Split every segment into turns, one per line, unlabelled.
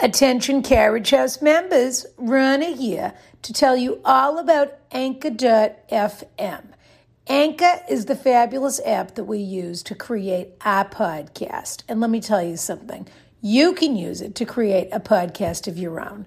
Attention Carriage House members, Rana here to tell you all about Anchor.fm. Anchor is the fabulous app that we use to create our podcast. And let me tell you something you can use it to create a podcast of your own.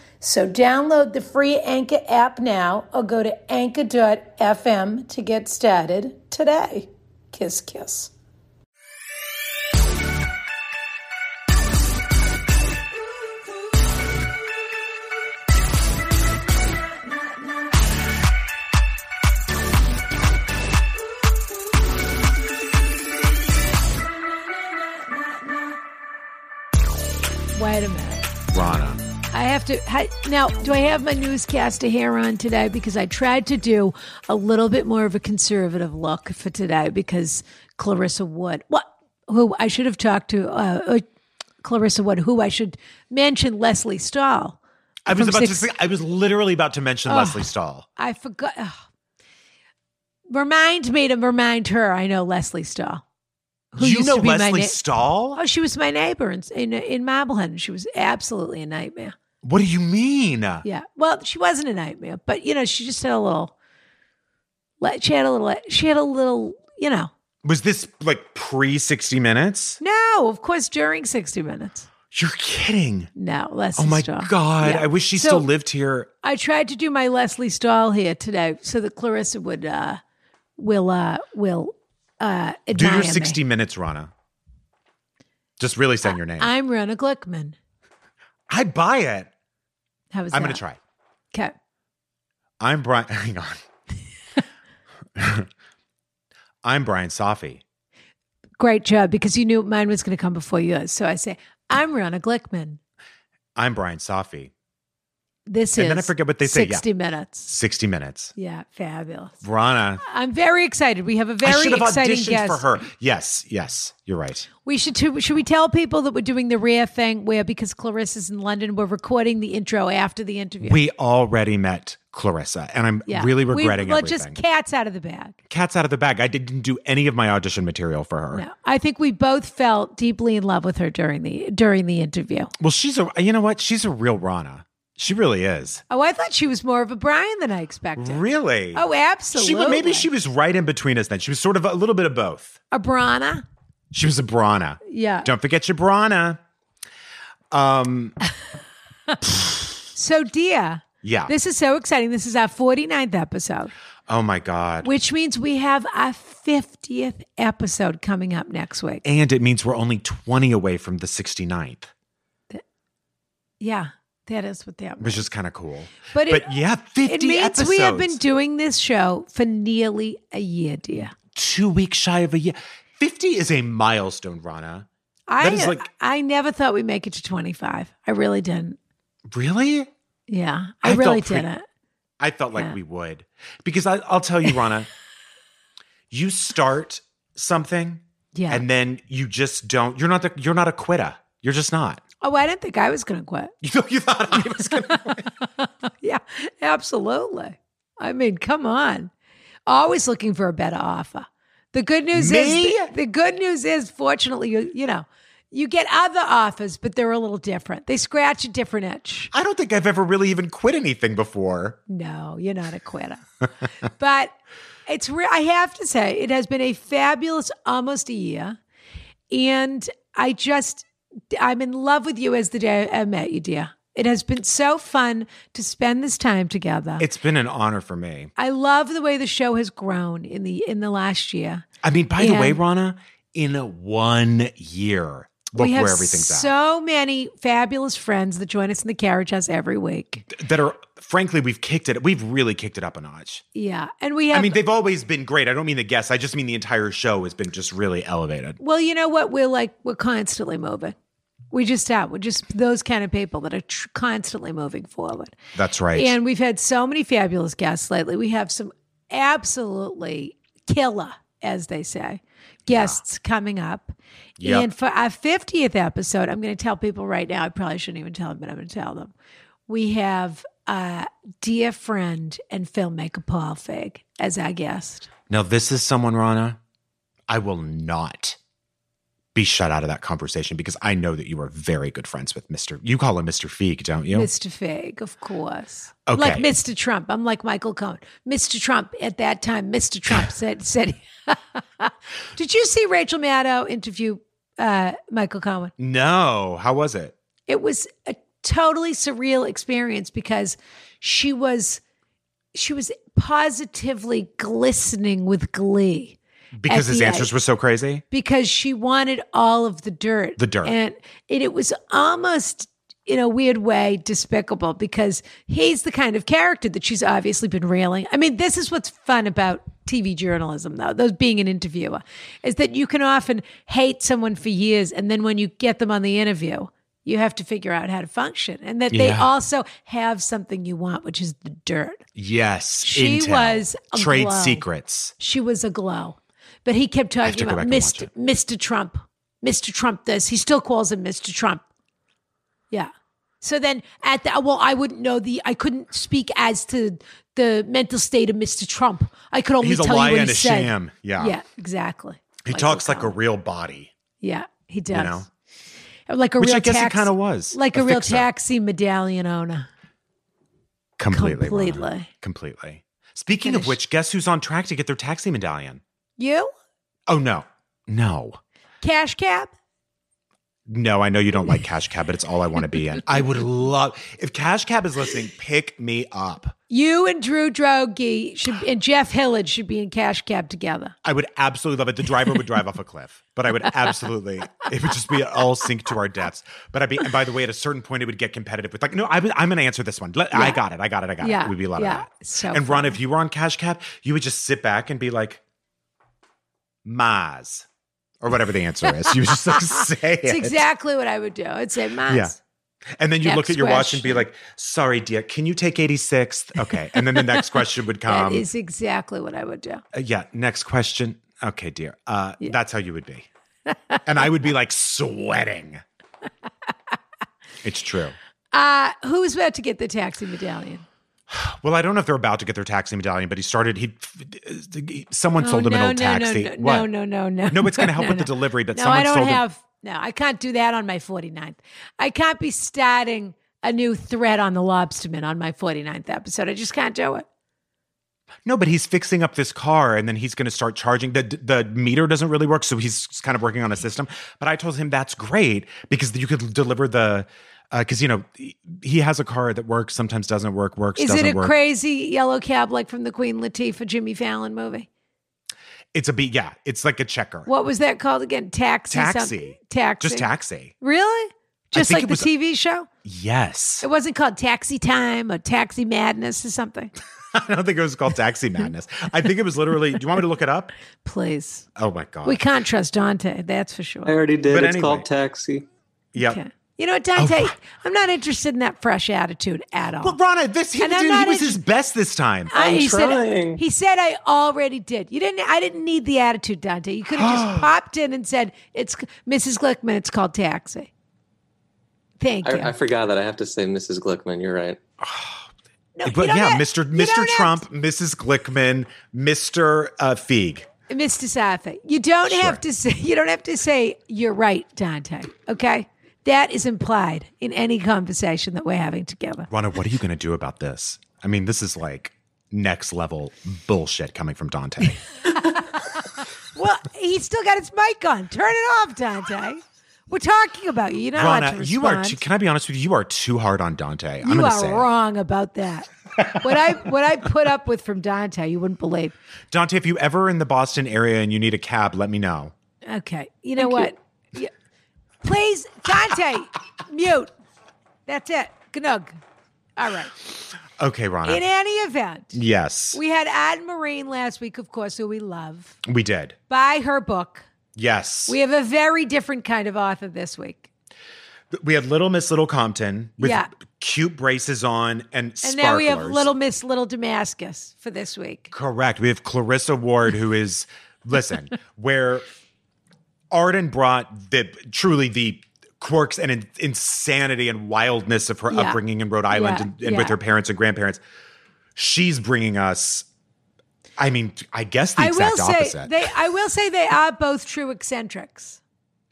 So download the free Anchor app now or go to anchor.fm to get started today. Kiss, kiss. Wait a minute.
Rana.
I have to hi- now. Do I have my newscaster hair on today? Because I tried to do a little bit more of a conservative look for today because Clarissa Wood, what who I should have talked to, uh, uh, Clarissa Wood, who I should mention, Leslie Stahl.
I was
From
about to
six-
say, I was literally about to mention Leslie Stahl.
I forgot. ugh. Remind me to remind her. I know Leslie Stahl. Who
you
used
know
to be my
Leslie
na-
Stahl?
Oh, she was my neighbor in in, in Marblehead. and She was absolutely a nightmare.
What do you mean?
Yeah. Well, she wasn't a nightmare, but you know, she just had a little. le- She had a little. She had a little. You know.
Was this like pre 60 Minutes?
No, of course, during sixty minutes.
You're kidding.
No, Leslie.
Oh my
Stahl.
God.
Yeah.
I wish she
So,
still lived here.
I tried to do my Leslie Stahl here today, so that Clarissa would uh, will uh, will uh,
Do
admire
your
me.
60 Minutes, Rana. Just really saying your name. I,
I'm Rena Glickman.
buy it.
How was
I'm
that?
going to try.
Okay.
I'm Brian. Hang on. I'm Brian Safi.
Great job, because you knew mine was going to come before yours. So I say, I'm Rena Glickman.
I'm Brian Safi.
This is
And then I forget what they say, yeah.
60 minutes.
60 Minutes.
Yeah, fabulous.
Rana.
I'm very excited. We have a
I
very
should have
exciting
auditioned
guest.
for her. Yes, yes. You're right.
We should too, should we tell people that we're doing the rare thing where because Clarissa's in London, we're recording the intro after the interview.
We already met Clarissa, and I'm
Yeah.
really regretting
we, well, just
everything.
cats out of the bag.
Cat's out of the bag. I didn't do any of my audition material for her.
No, I think we both felt deeply in love with her during the during the interview.
Well, she's a you know what? She's a real Rana. She really is.
Oh, I thought she was more of a Brian than I expected.
Really?
Oh,
She
absolutely.
maybe she was right in between us then. She was sort of a little bit of both.
Abrana.
She was a Brana.
Yeah.
Don't forget your Brana. Um.
So, dear,
Yeah.
this is so exciting. This is our 49th episode,
oh my God.
which means we have our 50th episode coming up next week.
and it means we're only 20 away from the 69th,
Yeah, that is what that
which is kind of cool.
But it-
but yeah, 50
It means
episodes.
we have been doing this show for nearly a year, dear.
two weeks shy of a year. 50 is a milestone, Rana. That
I
is like-
I never thought we'd make it to 25. I really didn't.
Really?
Yeah, I,
I felt
really
pretty-
didn't.
I felt like
Yeah.
we would. Because I, I'll tell you, Rana, you start something
Yeah.
and then you just don't. You're not the, you're not a quitter. You're just not.
oh, I didn't think I was going to quit.
You know, you thought I was gonna
yeah, absolutely. I mean, come on. Always looking for a better offer. The good news
Me?
is the, the good news is fortunately you you know, you get other offers, but they're a little different. They scratch a different itch.
I don't think I've ever really even quit anything before.
No, you're not a quitter. but it's re- I have to say it has been a fabulous almost a year and I just I'm in love with you as the day I met you, dear. It has been so fun to spend this time together.
It's been an honor for me.
I love the way the show has grown in the in the last year.
I mean, by the way,
And-
Rana, in one year, look
we have
where everything's at.
so many fabulous friends that join us in the carriage house every week.
That are frankly, we've kicked it. We've really kicked it up a notch.
Yeah, and we have.
I mean, they've always been great. I don't mean the guests. I just mean the entire show has been just really elevated.
well, you know what? We're like we're constantly moving. We just have. We're just those kind of people that are tr- constantly moving forward.
That's right.
And we've had so many fabulous guests lately. We have some absolutely killer, as they say, guests coming up.
Yep.
And for our 50th episode, I'm going to tell people right now, I probably shouldn't even tell them, but I'm going to tell them. We have a dear friend and filmmaker Paul Feig as our guest.
now, this is someone, Rana, I will not be shut out of that conversation because I know that you are very good friends with Mr. You call him Mr. Feig, don't you?
Mr. Fig, of course.
Okay.
Like Mr. Trump. I'm like Michael Cohen. Mr. Trump at that time, Mr. Trump said said Did you see Rachel Maddow interview uh, Michael Cohen?
no. How was it?
It was a totally surreal experience because she was she was positively glistening with glee
Because
At
his
the
answers
end.
were so crazy?
because she wanted all of the dirt.
The dirt.
And and it was almost in a weird way despicable because he's the kind of character that she's obviously been railing. I mean, this is what's fun about TV journalism though, those being an interviewer, is that you can often hate someone for years and then when you get them on the interview, you have to figure out how to function and that they
Yeah.
also have something you want, which is the dirt.
Yes.
She
intel,
was
trade
aglow.
secrets.
She was aglow. But he kept
have to
talking
go
about
back and watch
Mr. Mr. Trump. Mr. Trump this. He still calls him Mr. Trump. Yeah. So then at that well, I wouldn't know the I couldn't speak as to the mental state of Mr. Trump. I could only
He's a
tell you
lie
what
and
he
a
said.
sham. Yeah.
Yeah, exactly.
He
Michael
talks like a
Cohen.
real body,
Yeah, he does.
you know?
Like a
Which
real
I guess
tax,
he kind of was.
like a, real
fixer.
taxi medallion owner.
Completely. Rana.
Completely.
Completely. Speaking
Finish.
of which, guess who's on track to get their taxi medallion?
You?
Oh, no. No.
Cash cab?
No, I know you don't like Cash Cab, but it's all I want to be in. I would love if Cash Cab is listening, pick me up.
You and Drew Drogi should and Jeff Hillard should be in Cash Cab together.
I would absolutely love it. The driver would drive off a cliff, but I would absolutely, it would just be all sink to our depths. But I'd be, and by the way, at a certain point, it would get competitive with like, no, I would, I'm going to answer this one. Let- I
Yeah.
got it. I got it. I got
Yeah,
it. We'd be a lot
yeah.
of that.
So
and Ron,
funny.
if you were on Cash Cab, you would just sit back and be like, Maz, or whatever the answer is. You would just like say
It's
it.
exactly what I would do. I'd say, Maz.
Yeah. And then you look
Next
at your watch and be like, sorry, dear, can you take 86th? Okay. And then the next question would
That
come.
is exactly what I would do.
Uh, yeah, next question. Okay, dear. Uh,
Yeah.
That's how you would be. and I would be like sweating. it's true.
Uh, who's about to get the taxi medallion?
Well, I don't know if they're about to get their taxi medallion, but he started, he, someone
Oh,
sold him
no,
an old
no,
taxi.
No, no,
What?
no, no, no, no.
No, it's going to help
No,
with
no.
the delivery, but
No,
someone
I don't
sold him.
have. No, I can't do that on my 49th. I can't be starting a new thread on the lobsterman on my 49th episode. I just can't do it.
No, but he's fixing up this car, and then he's going to start charging. the The meter doesn't really work, so he's kind of working on a system. But I told him that's great because you could deliver the because you know he- he has a car that works, sometimes doesn't work, works
Is
doesn't
it a
work.
crazy yellow cab like from the Queen Latifah Jimmy Fallon movie?
it's a be yeah, it's like a checker
What was that called again? Taxi. something-
taxi,
Taxi.
just taxi.
Really? Just
think
like
it
the
was-
TV show?
Yes,
It wasn't called Taxi Time or Taxi Madness or something.
I don't think it was called Taxi Madness. I think it was literally. Do you want me to look it up?
Please.
Oh my god!
We can't trust Dante, that's for
I
sure.
already did.
But
it's
anyway.
called Taxi.
yeah.
Okay. You know what, Dante?
Oh.
I'm not interested in that fresh attitude at all.
But Rana, this he,
And I'm
dude, he
not
was
inter-
his best this time.
I-
I'm
he
trying.
said he said I already did. You didn't I didn't need the attitude, Dante. You could have just popped in and said, It's Mrs. Glickman, it's called Taxi. Thank you.
I, I forgot that I have to say Mrs. Glickman. You're right.
No, you
But
don't
yeah,
have-
Mr.
you don't
Mr.
have-
Trump, Mrs. Glickman, Mr. Uh, Feig.
Mr. Safi, you don't
Sure.
have to say you don't have to say you're right, Dante. Okay? That is implied in any conversation that we're having together.
Rana, what are you going to do about this? I mean, this is like next level bullshit coming from Dante.
Well, he's still got his mic on. Turn it off, Dante. We're talking about you. You're not allowed
Rana,
to
you are.
respond.
Too, can I be honest with you? You are too hard on Dante. I'm
you
going to
are
say it.
wrong about that. what I what I put up with from Dante, you wouldn't believe.
Dante, if you ever in the Boston area and you need a cab, let me know.
Okay, you know what? Yeah. Please, Dante, mute. That's it. Gnug. All right.
Okay, Rana.
In any event,
yes, we,
we had Ad Marine last week, of course, who we love.
did.
Buy her book.
Yes,
We
we,
have a very different kind of author this week.
had Little Miss Little Compton with
Yeah.
cute braces on and
And
sparklers.
now we have Little Miss Little Damascus for this week.
Correct. We have Clarissa Ward, who is listen, where Arden brought the truly the quirks and in, insanity and wildness of her
Yeah.
upbringing in Rhode Island
Yeah.
and, and
Yeah.
with her parents and grandparents. She's bringing us. I mean, I guess the
I will
exact
say
opposite.
they I will say they are both true eccentrics.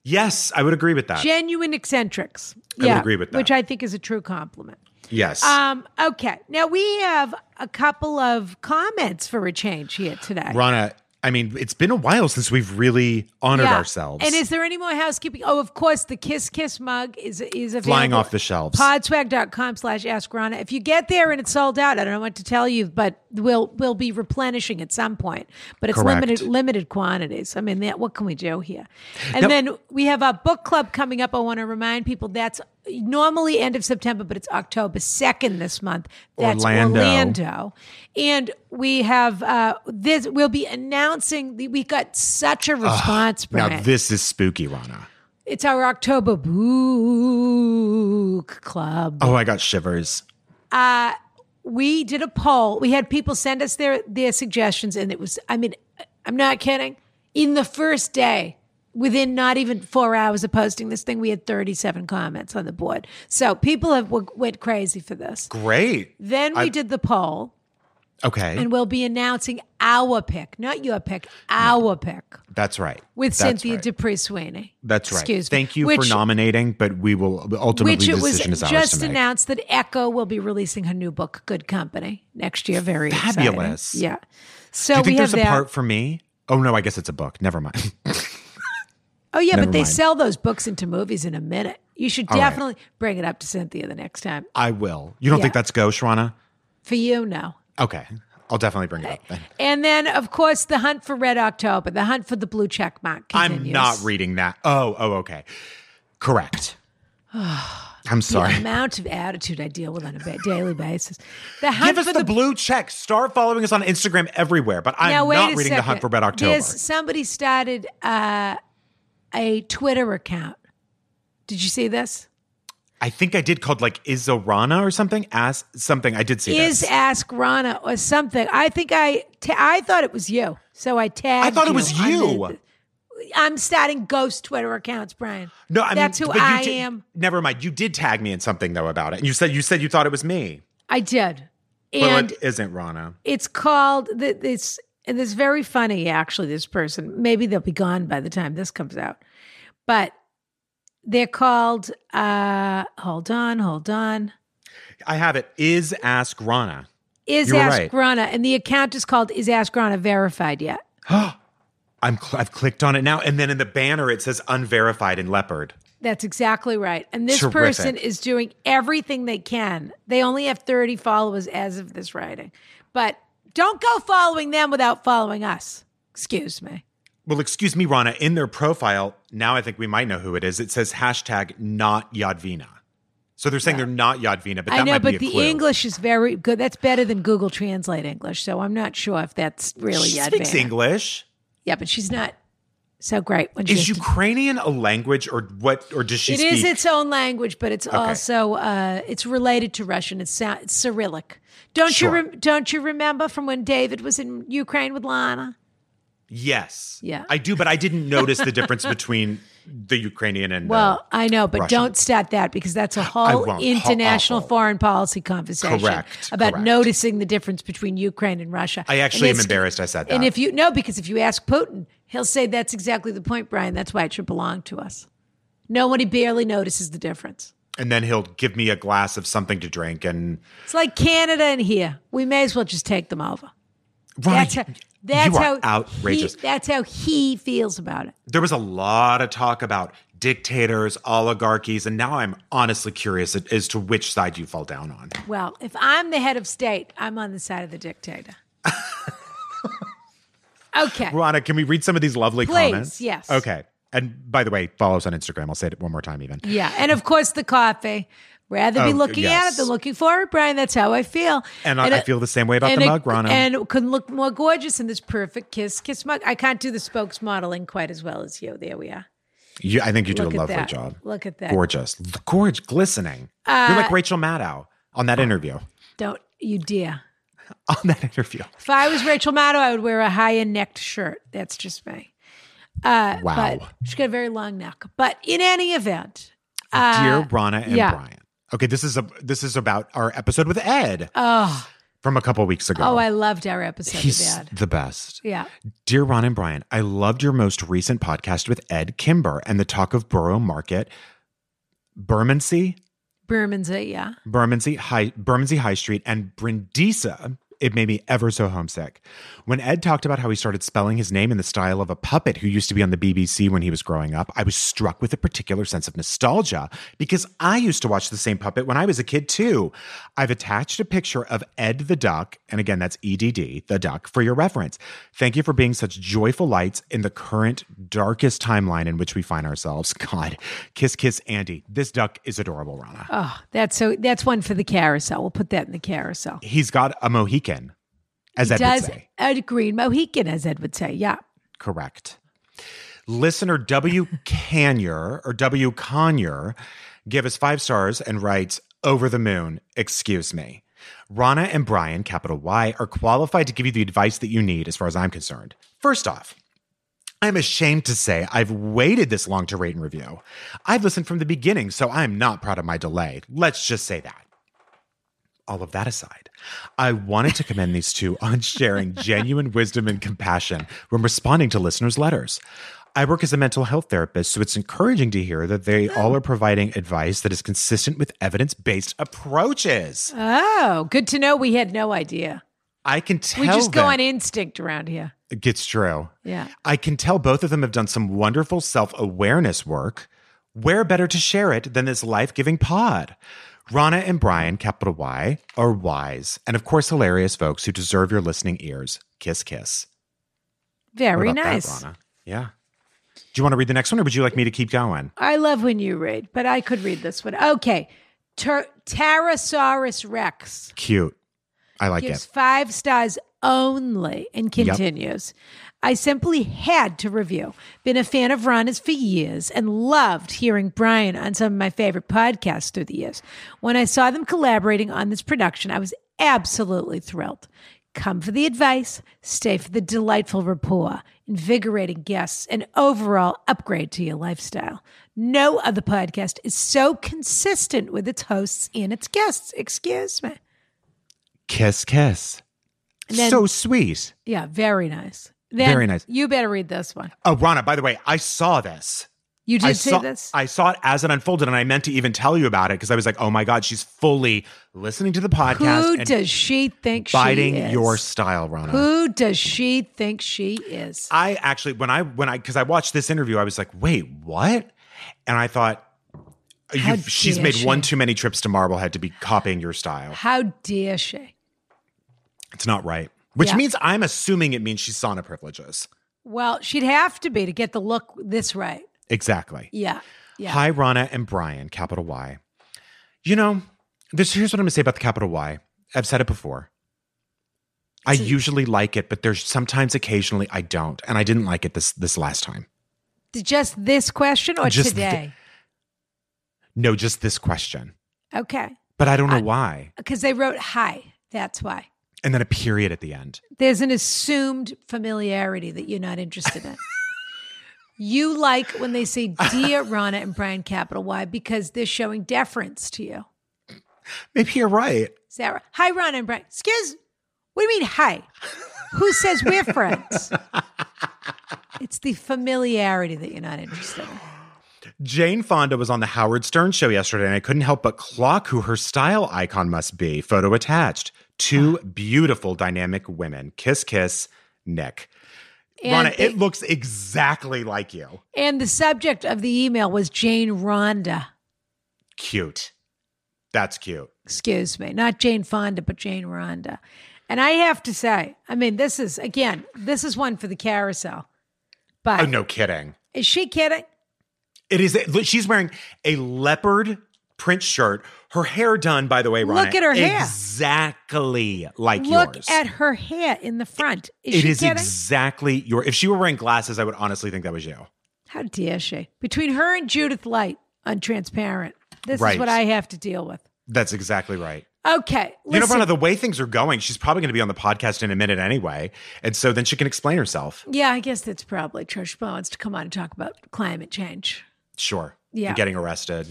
yes, I would agree with that.
genuine eccentrics.
would
yeah,
agree with that.
which I think is a true compliment.
yes.
Um, okay, now we have a couple of comments for a change here today.
Rana, I mean, it's been a while since we've really honored
Yeah.
ourselves.
And is there any more housekeeping? Oh, of course, the Kiss Kiss mug is is available.
flying off the shelves.
Podswag.com slash ask Rana. If you get there and it's sold out, I don't know what to tell you, but we'll we'll be replenishing at some point. But it's
Correct.
limited limited quantities. I mean that what can we do here? And
Now-
then we have our book club coming up. I want to remind people that's normally end of September, but it's October second this month. That's
Orlando.
Orlando. And we have uh this we'll be announcing the, we got such a response, Brent.
now this is spooky, Rana.
it's our October book club.
Oh, I got shivers.
we did a poll. We had people send us their their suggestions, and it was I mean, I'm not kidding. In the first day, within not even four hours of posting this thing, we had 37 comments on the board. So people have w- went crazy for this.
Great.
Then we
I-
did the poll,
Okay.
and we'll be announcing our pick, not your pick, our pick
That's right.
with
That's
Cynthia
right.
Dupree Sweeney.
That's right.
Excuse me.
Thank you
Which-
for nominating, but we will ultimately
which
the
it was
decision is ours
just
to make.
announced that Echo will be releasing her new book, Good Company, next year. Very
Fabulous.
exciting. Yeah. So
Do you
we
think
have
there's a
that.
part for me? Oh no, I guess it's a book. Never mind.
oh yeah, but
Never
they
mind.
sell those books into movies in a minute. You should
right.
definitely bring it up to Cynthia the next time.
I will. You don't
Yeah.
think that's gauche, Rana?
For you, no.
Okay. I'll definitely bring it up then.
And then, of course, the hunt for Red October, the hunt for the blue check mark. Continues.
I'm not reading that. Oh, oh, okay. Correct. I'm sorry.
The amount of attitude I deal with on a ba- daily basis. The hunt
Give us
for
the, blue check. Start following us on Instagram everywhere. But I'm
now, wait
not
a
reading The Hunt
second.
for Red October.
There's- somebody started uh, a Twitter account. Did you see this?
I think I did called like Izzo Rana or something. Ask something. I did see
Is
this.
Ask Rana or something. I think I ta- I thought it was you, so I tagged.
I thought it was
on
you.
it. I'm starting ghost Twitter accounts, Brian.
No, I mean,
that's who
but you
I
did-
am.
Never mind. You did tag me in something though about it, and you said you said you thought it was me.
I did,
Well,
and
it isn't, Rana.
it's called th- this. And this is very funny, actually. This person, maybe they'll be gone by the time this comes out, but they're called. uh Hold on, hold on.
I have it. Is ask Rana.
Is
You were
Ask
right.
Rana, and the account is called Is Ask Rana Verified Yet?
I'm cl- I've clicked on it now, and then in the banner it says unverified in leopard.
That's exactly right. And this
Terrific.
person is doing everything they can. They only have 30 followers as of this writing. But don't go following them without following us. Excuse me.
Well, excuse me, Rana. In their profile now, I think we might know who it is. It says hashtag not Yadvina. So they're saying they're not Yadvina, but that
I know,
might
but
be a
the
clue.
English is very good. That's better than Google Translate English. So I'm not sure if that's really
she
Yadvana.
speaks English.
Yeah, but she's not so great when
Is
she's.
Ukrainian a language, or what, or does she
It
speak?
is its own language, but it's also uh, it's related to Russian. It's, sound, it's Cyrillic. Don't
Sure.
you rem don't you remember from when David was in Ukraine with Lana?
Yes.
Yeah.
I do, but I didn't notice the difference between the Ukrainian and uh,
Well,
the,
I know, but
Russian.
don't start that because that's a
I
whole
won't. Ho-
international
awful.
foreign policy conversation
Correct,
about
correct.
noticing the difference between Ukraine and Russia.
I actually
And
am
it's-
embarrassed I said that.
And if you no, because if you ask Putin, he'll say that's exactly the point, Brian. That's why it should belong to us. Nobody barely notices the difference.
and then he'll give me a glass of something to drink and
It's like Canada and here. We may as well just take them over.
Ryan,
That's a- That's
You
how
are outrageous.
He, that's how he feels about it.
There was a lot of talk about dictators, oligarchies, and now I'm honestly curious as- as to which side you fall down on.
Well, if I'm the head of state, I'm on the side of the dictator. okay.
Rana, can we read some of these lovely
Please,
comments?
yes.
Okay. And by the way, follow us on Instagram. I'll say it one more time, even.
Yeah. And of course, the coffee. Rather be
Oh,
looking at
yes.
it than looking for it, Brian. That's how I feel.
And, I- I,
it-
feel the same way about the
it-
mug, Rana.
And it couldn't look more gorgeous in this perfect kiss kiss mug. I can't do the spokes modeling quite as well as you. There we are.
you, I think you did a
Look at
lovely
that.
job.
Look at that. Uh,
Gorgeous. Gorgeous. Glistening. You're like Rachel Maddow on that interview.
Don't you dare.
On that interview.
If I was Rachel Maddow, I would wear a high necked shirt. That's just me. Uh,
Wow.
But she's got a very long neck. But in any event,
Dear Rana and
Uh, yeah.
Brian. Okay, this is a this is about our episode with Ed
oh,
from a couple weeks ago.
oh, I loved our episode
He's
of Ed.
the best.
Yeah.
Dear Ron and Brian, I loved your most recent podcast with Ed Kimber and the talk of Borough Market, Bermondsey,
Bermondsey, yeah.
Bermondsey High, Bermondsey High Street, and Brindisa. It made me ever so homesick. When Ed talked about how he started spelling his name in the style of a puppet who used to be on the BBC when he was growing up, I was struck with a particular sense of nostalgia because I used to watch the same puppet when I was a kid too. I've attached a picture of Ed the Duck, and again, that's EDD, the Duck, for your reference. Thank you for being such joyful lights in the current darkest timeline in which we find ourselves. God, kiss, kiss, Andy. This duck is adorable, Rana.
Oh, that's so that's one for the carousel. We'll put that in the carousel.
he's got a Mohican, as Ed would
Does
say.
a green Mohican, as Ed would say. Yeah.
Correct. Listener W. Canyer or W. Conyer give us five stars and writes, Over the moon, excuse me. Rana and Brian, capital Y, are qualified to give you the advice that you need, as far as I'm concerned. First off, I'm ashamed to say I've waited this long to rate and review. I've listened from the beginning, so I'm not proud of my delay. Let's just say that. all of that aside, I wanted to commend these two on sharing genuine wisdom and compassion when responding to listeners' letters. I work as a mental health therapist, so it's encouraging to hear that they all are providing advice that is consistent with evidence based approaches.
Oh, good to know. We had no idea.
I can tell
We just go
that-
on instinct around here.
it's true.
Yeah.
I can tell both of them have done some wonderful self awareness work. Where better to share it than this life giving pod? Rana and Brian, capital Y, are wise and, of course, hilarious folks who deserve your listening ears. Kiss, kiss. What
Very
about that,
nice.
Rana? Yeah. Do you want to read the next one or would you like me to keep going?
I love when you read, but I could read this one. Okay. Ter- Pterosaurus Rex
Cute. I like
gives
it.
five stars only and continues. I simply had to review. Been a fan of Rana's for years and loved hearing Brian on some of my favorite podcasts through the years. When I saw them collaborating on this production, I was absolutely thrilled. Come for the advice, stay for the delightful rapport, invigorating guests, and overall upgrade to your lifestyle. No other podcast is so consistent with its hosts and its guests. Excuse me.
Kiss, kiss.
And then-
so sweet.
Yeah, very nice. Then
Very nice.
You better read this one.
Oh, Rana, by the way, I saw this.
You did
I
see
saw,
this?
I saw it as it unfolded, and I meant to even tell you about it because I was like, "Oh my god, she's fully listening to the podcast
Who
and
does she think
biting
she is?
your style, Rana."
Who does she think she is?
I actually, when I when I because I watched this interview, I was like, "Wait, what?" And I thought,
How
you, "She's
dare
made
she.
one too many trips to Marblehead to be copying your style.
How dare she?
It's not right." Which
Yeah.
means I'm assuming it means she's sauna privileges.
Well, she'd have to be to get the look this right.
Exactly.
Yeah. Yeah.
Hi, Rana and Brian, capital Y. You know, this here's what I'm gonna say about the capital Y. I've said it before. I usually like it, but there's sometimes occasionally I don't. And I didn't like it this this last time.
Just this question or
Just the-
today?
No, just this question.
okay.
But I don't know why.
Because they wrote hi. That's why.
And then a period at the end.
There's an assumed familiarity that you're not interested in. you like when they say dear Rana and Brian Capital Y because they're showing deference to you.
Maybe you're right.
Sarah, hi Rana and Brian. Excuse what do you mean hi? Who says we're friends? It's the familiarity that you're not interested in.
Jane Fonda was on the Howard Stern show yesterday, and I couldn't help but clock who her style icon must be. Photo attached. Two beautiful, dynamic women. Kiss, kiss. neck.
And
Rana,
they-
it looks exactly like you.
And the subject of the email was Jane Rhonda.
Cute. That's cute.
Excuse me, not Jane Fonda, but Jane Rhonda. And I have to say, I mean, this is again, this is one for the carousel. But
Oh, no kidding.
is she kidding?
It is. She's wearing a leopard print shirt. Her hair done, by the way, Rana.
Look at her hair.
Exactly like
Look
yours.
at her hair in the front. Is
it
she
is
kidding?
exactly your. If she were wearing glasses, I would honestly think that was you.
How dare she? Between her and Judith Light on Transparent, this is
Right.
what I have to deal with.
That's exactly right.
Okay,
you know,
listen.
Rana, the way things are going, she's probably going to be on the podcast in a minute anyway. And so then she can explain herself.
yeah, I guess that's probably true. She probably wants to come on and talk about climate change.
Sure.
Yeah.
And getting arrested.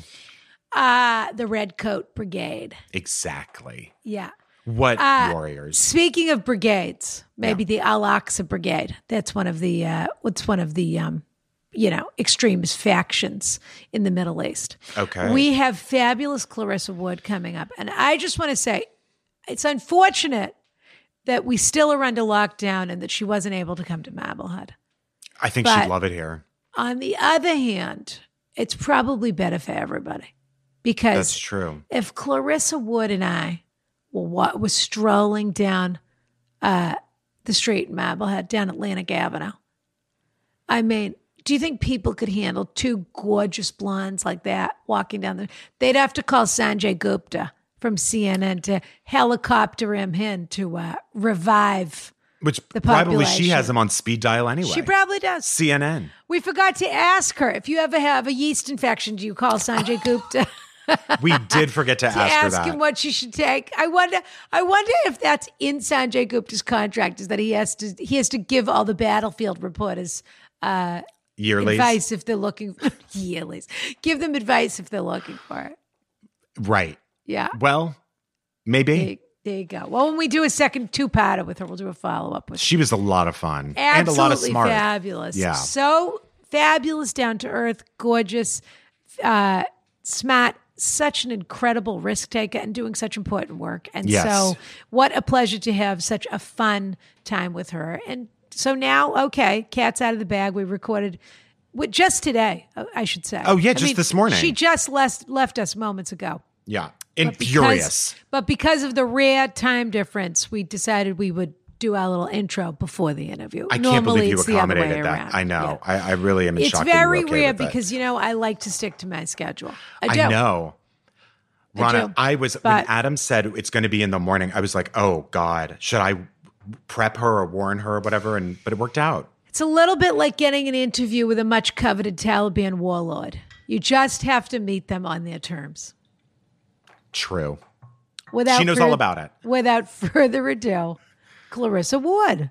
Uh, the Red Coat Brigade.
Exactly.
Yeah.
What
Uh,
warriors?
Speaking of brigades, maybe the Al Aqsa Brigade. That's one of the uh, what's one of the um, you know extremist factions in the Middle East.
Okay.
We have fabulous Clarissa Wood coming up, and I just want to say, it's unfortunate that we still are under lockdown and that she wasn't able to come to Marblehead.
I think
but-
she'd love it here.
On the other hand, it's probably better for everybody because
That's true.
if Clarissa Wood and I were wa- was strolling down uh, the street in Marblehead, down Atlantic Avenue, I mean, do you think people could handle two gorgeous blondes like that walking down the? They'd have to call Sanjay Gupta from CNN to helicopter him in to uh, revive.
Which
The
probably she
population.
has them on speed dial anyway.
She probably does.
CNN.
We forgot to ask her if you ever have a yeast infection, do you call Sanjay Gupta?
We did forget to ask,
to ask,
her that.
him what she should take. I wonder. I wonder if that's in Sanjay Gupta's contract is that he has to he has to give all the battlefield reporters uh,
Yearly.
advice if they're looking yearlies. Give them advice if they're looking for it.
Right.
Yeah.
Well, maybe.
There, there you go. Well, when we do a second two parter with her, we'll do a follow up with.
She was a lot of fun and a
Absolutely
lot of smart.
fabulous.
Yeah.
So fabulous, down to earth, gorgeous, uh, smart, such an incredible risk taker and doing such important work. And
Yes.
so what a pleasure to have such a fun time with her. And so now, okay, cat's out of the bag. We recorded with just today, uh, I should say.
Oh, yeah, just this morning.
She just left, left us moments ago.
Yeah.
But because-
Infurious.
But because of the rare time difference, we decided we would do our little intro before the interview.
I can't believe you
it's the other way
accommodated that.
around.
I know.
Yeah.
I, I really am in
It's
shock. that you were
very
okay
rare
with that.
because you know I like to stick to my schedule. I do.
I know.
I
Rana,
do.
I, was when
But-
Adam said it's going to be in the morning. I was like, "Oh God, should I prep her or warn her or whatever?" And but it worked out.
It's a little bit like getting an interview with a much coveted Taliban warlord. You just have to meet them on their terms.
True.
Without
she knows
fur-
all about it.
Without further ado, Clarissa Wood.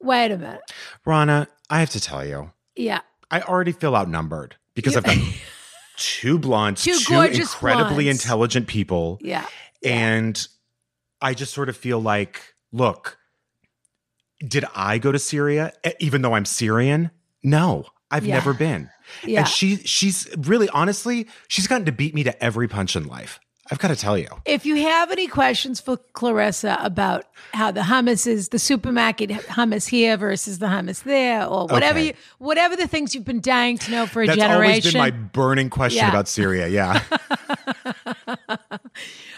Wait a minute.
Rana, I have to tell you,
Yeah.
I already feel outnumbered because
You-
I've got two blondes,
Two
two,
gorgeous
incredibly
blondes.
intelligent people,
Yeah.
and I just sort of feel like, look, did I go to Syria? E- Even though I'm Syrian, no, I've
Yeah.
never been.
Yeah.
And she she's really honestly, she's gotten to beat me to every punch in life. I've got to tell you.
if you have any questions for Clarissa about how the hummus is the supermarket hummus here versus the hummus there, or whatever
Okay.
you, whatever the things you've been dying to know for a
That's always
generation,
been my burning question
Yeah.
about Syria. Yeah.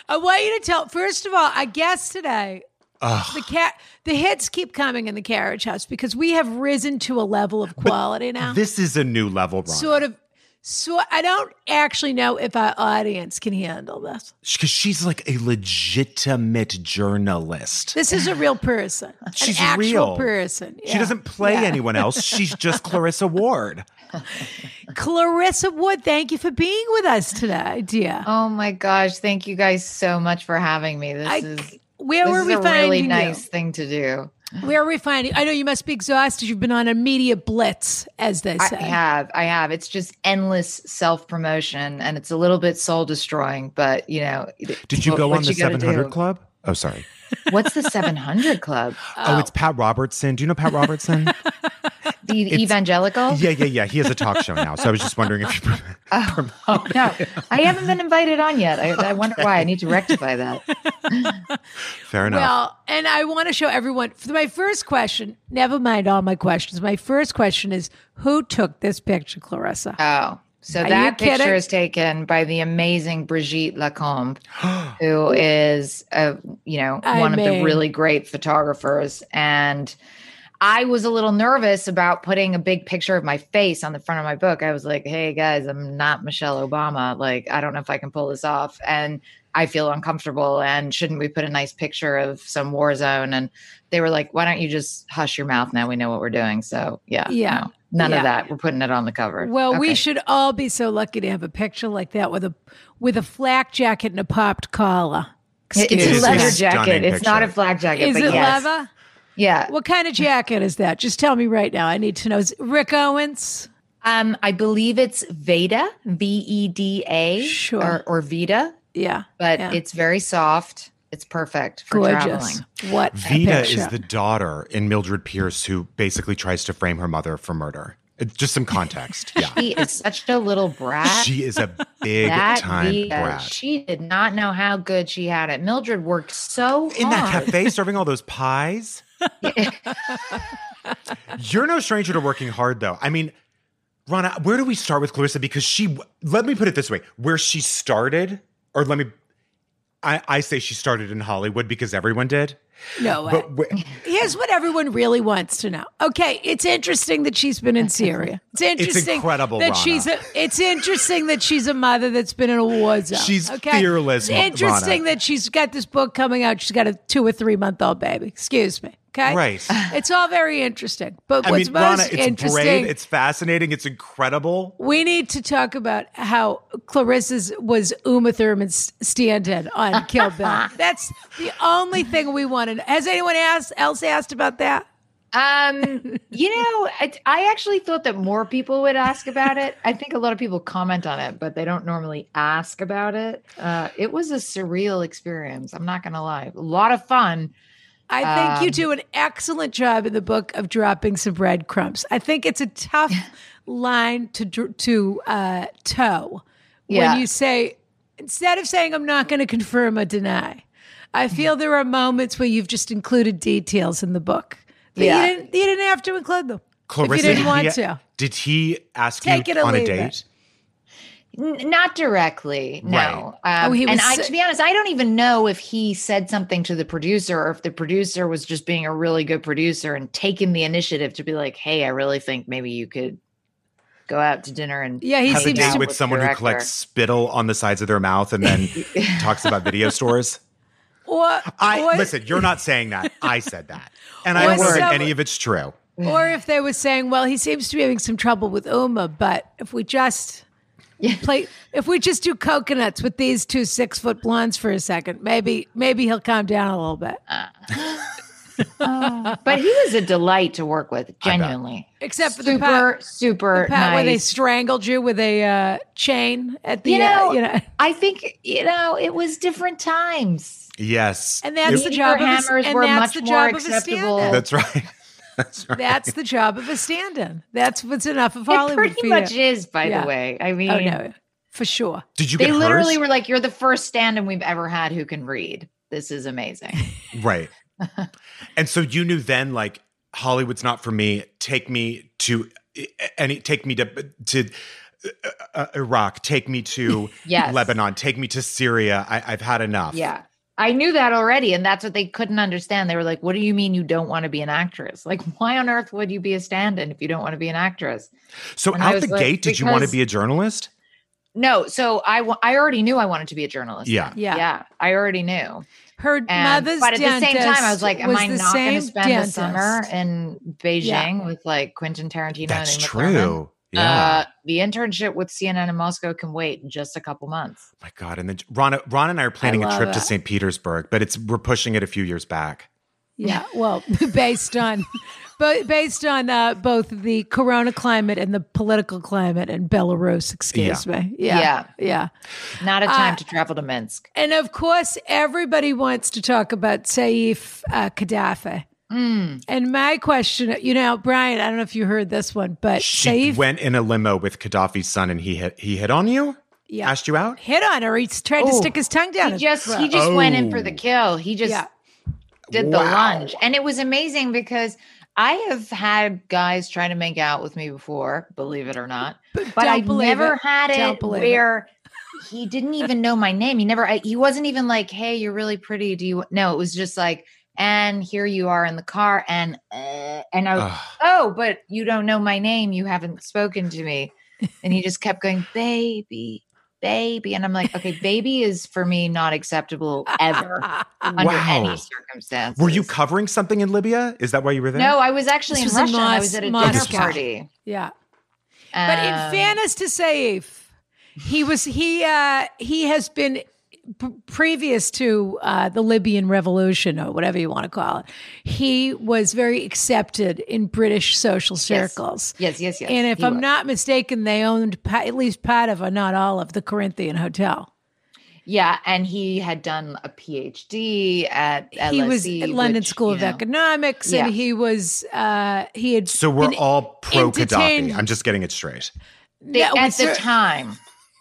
I want you to tell. First of all, I guess today the cat the hits keep coming in the carriage house because we have risen to a level of quality now.
this is a new level, Ron.
sort of, so I don't actually know if our audience can handle this.
Because she's like a legitimate journalist.
This is a real person, an
She's
actual
real.
person.
She
Yeah.
doesn't play
Yeah.
anyone else. She's just Clarissa Ward.
Clarissa Wood, thank you for being with us today, dear.
Oh my gosh! Thank you guys so much for having me. This
I-
is
Where
this
were
is
we
a
finding
really nice thing to do.
you? Where were we finding? I know you must be exhausted. You've been on a media blitz, as they
I
say.
have, I have. It's just endless self promotion, and it's a little bit soul destroying. But you know, it-
Did you
what-
go
what
on the
you gotta
700
do.
Club? Oh, sorry.
What's the seven hundred club?
Oh. it's Pat Robertson. Do you know Pat Robertson?
The evangelical?
yeah, yeah, yeah. He has a talk show now. So I was just wondering if you.
Oh, no, I haven't been invited on yet. I, I wonder why. I need to rectify that.
Fair enough.
Well, and I want to show everyone. For my first question, never mind all my questions. My first question is who took this picture, Clarissa?
Oh, so
Are
that
you
picture
kidding?
is taken by the amazing Brigitte Lacombe, who is a you know
I
one of
mean-
the really great photographers. And I was a little nervous about putting a big picture of my face on the front of my book. I was like, "Hey guys, I'm not Michelle Obama. Like, I don't know if I can pull this off." And I feel uncomfortable. And shouldn't we put a nice picture of some war zone? And they were like, "Why don't you just hush your mouth? Now we know what we're doing." So yeah,
Yeah.
no, none
Yeah.
of that. We're putting it on the cover.
Well, we
Okay.
should all be so lucky to have a picture like that with a with a flak jacket and a popped collar.
It-
Excuse
It's
me.
a leather
It's a stunning
jacket. It's not a
picture.
flag jacket.
Is
but
it
yes.
leather?
Yeah.
What kind of jacket is that? Just tell me right now. I need to know. Is it Rick Owens?
Um, I believe it's Veda, V E D A,
Sure.
or, or Vita,
Yeah,
but
Yeah.
it's very soft. It's perfect for traveling.
gorgeous. What a
Vita
picture.
is the daughter in Mildred Pierce who basically tries to frame her mother for murder. It's just some context. Yeah.
She is such a little brat.
she is a big
that
time
Vita,
brat.
she did not know how good she had it. Mildred worked so
in that
hard.
cafe serving all those pies. You're no stranger to working hard, though. I mean, Rana, where do we start with Clarissa? Because she, let me put it this way, where she started, or let me, I, I say she started in Hollywood because everyone did.
no.
But where,
Here's what everyone really wants to know. Okay, it's interesting that she's been in Syria. It's interesting.
incredible,
that
Rana.
she's a. It's interesting that she's a mother that's been in a war zone.
She's
okay?
fearless,
It's interesting
Rana.
that she's got this book coming out. She's got a two or three month old baby. Excuse me. Okay,
Right.
It's all very interesting. But
I
what's
mean,
most
Rana, it's
interesting?
brave, it's fascinating, it's incredible.
we need to talk about how Clarissa's was Uma Thurman's stand-in on Kill Bill. That's the only thing we want to know. Has anyone asked, else asked about that?
Um, you know, I, I actually thought that more people would ask about it. I think a lot of people comment on it, but they don't normally ask about it. Uh, it was a surreal experience. I'm not gonna lie, a lot of fun.
I think you
Um,
do an excellent job in the book of dropping some breadcrumbs. I think it's a tough line to dr- to uh, toe
Yeah.
when you say instead of saying I'm not going to confirm or deny. I
Mm-hmm.
feel there are moments where you've just included details in the book that
Yeah.
you didn't you didn't have to include them
Clarissa,
if you didn't
he-
want to.
Did he ask
Take
you
it or
on a
leave
date?
it.
N- not directly, no. Um,
Oh, he
and
was
I,
so-
to be honest, I don't even know if he said something to the producer or if the producer was just being a really good producer and taking the initiative to be like, "Hey, I really think maybe you could go out to dinner and
Yeah, he
Have a
seems
date
to.
with
with
someone who
director.
collects spittle on the sides of their mouth and then talks about video stores.
or,
I
or,
listen. You're not saying that. I said that, and
Or
I don't think
some-
any of it's true.
or if they were saying, well, he seems to be having some trouble with Uma, but if we just play, if we just do coconuts with these two six foot blondes for a second, maybe maybe he'll calm down a little bit.
but he was a delight to work with, genuinely.
Except for the
super,
part,
super
the part where they
nice.
strangled you with a uh, chain at the,
you know,
uh, you know,
I think you know it was different times.
Yes,
and that's the job.
Meteor
Of a, s-
hammers
and
were
that's
much
the
more
job of a
acceptable.
stand-in.
that's right. That's right.
That's the job of a stand-in. That's what's enough of
It
Hollywood for you.
pretty much is, by
Yeah.
the way. I mean,
oh no, for sure.
Did you
they
get
literally
hers?
were like, "You're the first stand-in we've ever had who can read. This is amazing."
right? and so you knew then, like Hollywood's not for me. Take me to eh, any. Take me to to uh, uh, Iraq. Take me to
Yes.
Lebanon. Take me to Syria. I, I've had enough.
yeah. I knew that already, and that's what they couldn't understand. They were like, "What do you mean you don't want to be an actress? Like, why on earth would you be a stand-in if you don't want to be an actress?"
So
And I
out
was
the
like,
gate, did you want to
because-
be a journalist?
No, so I wa- I already knew I wanted to be a journalist.
Yeah.
Yeah.
yeah, I already knew.
Her
And-
mother's
but at the same time, I was
dentist
like, "Am
was
I
the
not going
same
to spend
dentist.
the summer in Beijing with like Quentin Tarantino?"
That's
and Uma
true.
Thurman?
Yeah.
Uh, the internship with CNN in Moscow can wait in just a couple months.
my God. And then Ron, Ron and I are planning a
love
trip to
it.
St. Petersburg, but it's we're pushing it a few years back.
Yeah, well, based on, but based on uh, both the Corona climate and the political climate in Belarus. Excuse me. Yeah, yeah,
Yeah.
yeah.
Not
Uh,
a time to travel to Minsk.
And of course, everybody wants to talk about Saif uh, Gaddafi.
Mm.
And my question, you know, Brian, I don't know if you heard this one, but
She
Saif,
went in a limo with Gaddafi's son, and he hit he hit on you.
Yeah.
asked you out?
Hit on her. He tried to
Oh,
stick his tongue down.
He
his
just
throat.
he just went in for the
Oh.
kill. He just
Yeah.
did the
Wow.
lunge, and it was amazing because I have had guys try to make out with me before, believe it or not, but
don't
I
believe
never
it.
had
Don't
it
believe it.
where he didn't even know my name. He never. I, he wasn't even like, "Hey, you're really pretty. Do you?" wa-" No, it was just like, "And here you are in the car," and uh, and I was,
Ugh.
oh, but you don't know my name. You haven't spoken to me. And he just kept going, baby, baby. And I'm like, okay, baby is for me not acceptable ever under
Wow.
any circumstance.
Were you covering something in Libya? Is that why you were there?
No, I was actually
This
in
was in
Russia. and I was
Mos-
at a dinner
Moscow.
party.
yeah. But in
Um,
fairness to Saif, he was he uh he has been p- previous to uh the Libyan revolution or whatever you want to call it. He was very accepted in British social circles.
yes, yes, yes.
And if
he
I'm
was.
not mistaken, they owned pa- at least part of, or not all of, the Corinthian Hotel.
yeah, and he had done a PhD at
he was
LSE,
at London
E, which,
School
you
of
know,
Economics,
Yeah.
and he was uh, he had
So we're
been-
all pro
entertained-
Gaddafi. I'm just getting it straight.
they-
No,
at
sir-
the time.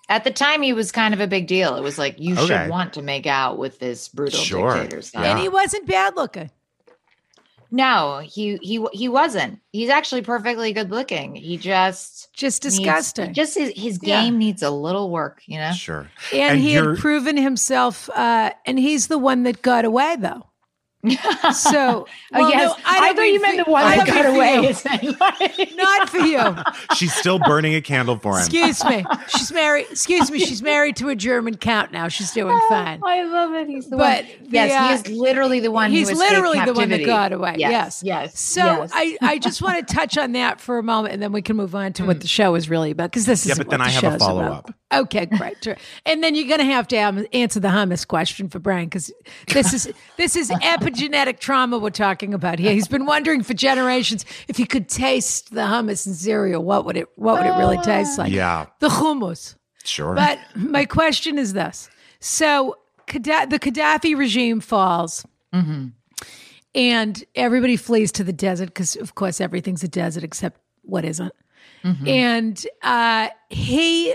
At the time, he was kind of a big deal. It was like you
Okay.
should want to make out with this brutal
Sure.
dictator's dictator.
and he wasn't bad looking.
No, he he he wasn't. He's actually perfectly good looking. He just
Just
needs-
disgusting.
just his, his
Yeah.
game needs a little work, you know.
Sure.
and,
And
he had
you're-
proven himself, uh, and he's the one that got away though. So,
Oh,
well,
yes,
no,
I,
don't
thought
mean
you meant
for-
the one
I
that
don't
got
mean for
away.
you.
It's like-
Not for you.
She's still burning a candle for him.
Excuse me. She's married. Excuse me. She's married to a German count now. She's doing
Oh,
fine.
I love it. He's the
But
one.
the,
yes,
uh,
he is literally the one. who
he's
escaped
literally the one that
captivity.
got away. Yes.
Yes, yes.
So
yes.
I, I just want to touch on that for a moment, and then we can move on to
Mm.
what the show is really about. Because this
Yeah,
is
but then I have a follow-up.
Okay, great. Sure. and then you're going to have to um, answer the hummus question for Brian because this is this is epigenetic trauma we're talking about here. He's been wondering for generations if he could taste the hummus and cereal, what would it what would it
Ah.
really taste like?
Yeah,
the hummus.
sure.
But my question is this: so Gadda- the Gaddafi regime falls, and everybody flees to the desert because, of course, everything's a desert except what isn't. And uh, he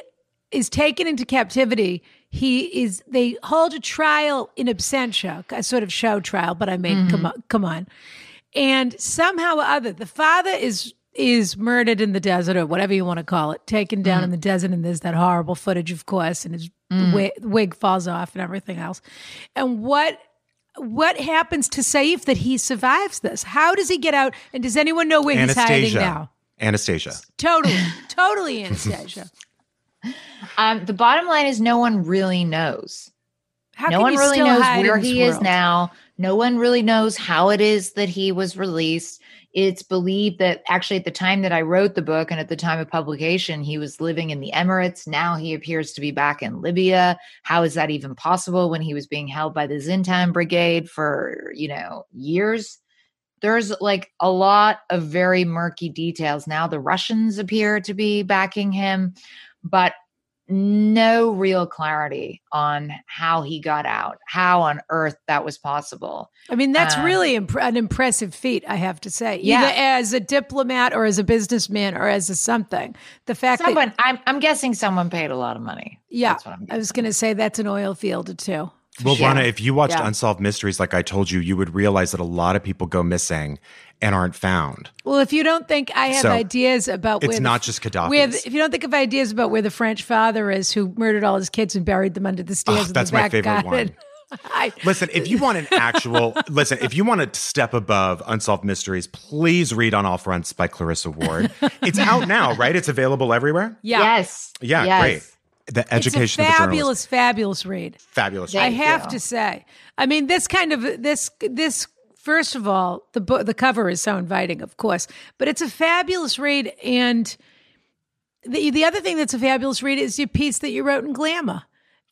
is taken into captivity. He is. They hold a trial in absentia, a sort of show trial. But I mean, come on, come on. And somehow or other, the father is is murdered in the desert or whatever you want to call it, taken
Mm-hmm.
down in the desert. And there's that horrible footage, of course, and his
Mm.
wi- wig falls off and everything else. And what what happens to Saif that he survives this? How does he get out? And does anyone know where he's hiding
Anastasia.
now?
Anastasia.
Totally, totally Anastasia.
um, the bottom line is no one really knows.
How
no
can
one
you
really
still
knows
hide in
where
this
he is
world?
now. No one really knows how it is that he was released. It's believed that actually, at the time that I wrote the book and at the time of publication, he was living in the Emirates. Now he appears to be back in Libya. How is that even possible when he was being held by the Zintan Brigade for, you know, years? There's like a lot of very murky details. Now the Russians appear to be backing him, but no real clarity on how he got out, how on earth that was possible.
I mean, that's
Um,
really imp- an impressive feat, I have to say.
Yeah.
Either as a diplomat or as a businessman or as a something. The fact that,
Someone, I'm, I'm guessing someone paid a lot of money.
yeah,
That's what I'm
I was
guessing.
going to say that's an oil field or two.
Well,
Yeah.
Rana, if you watched
Yeah.
Unsolved Mysteries, like I told you, you would realize that a lot of people go missing and aren't found.
Well, if you don't think I have
So,
ideas about where
It's
the-
not just Gaddafi.
where the- if you don't think of ideas about where the French father is who murdered all his kids and buried them under the stairs
Ugh,
in
Ah, that's
the
my
back
favorite
garden. I,
Listen, if you want an actual listen, if you want to step above unsolved mysteries, please read On All Fronts by Clarissa Ward. It's out now, right? It's available everywhere.
yeah,
Yes.
Yeah,
yes.
great. The
it's a
education of the journalist,
fabulous, fabulous read.
fabulous.
Thank
I have
you.
to say, I mean, this kind of this this first of all, the book, the cover is so inviting, of course, but it's a fabulous read, and the the other thing that's a fabulous read is your piece that you wrote in Glamour.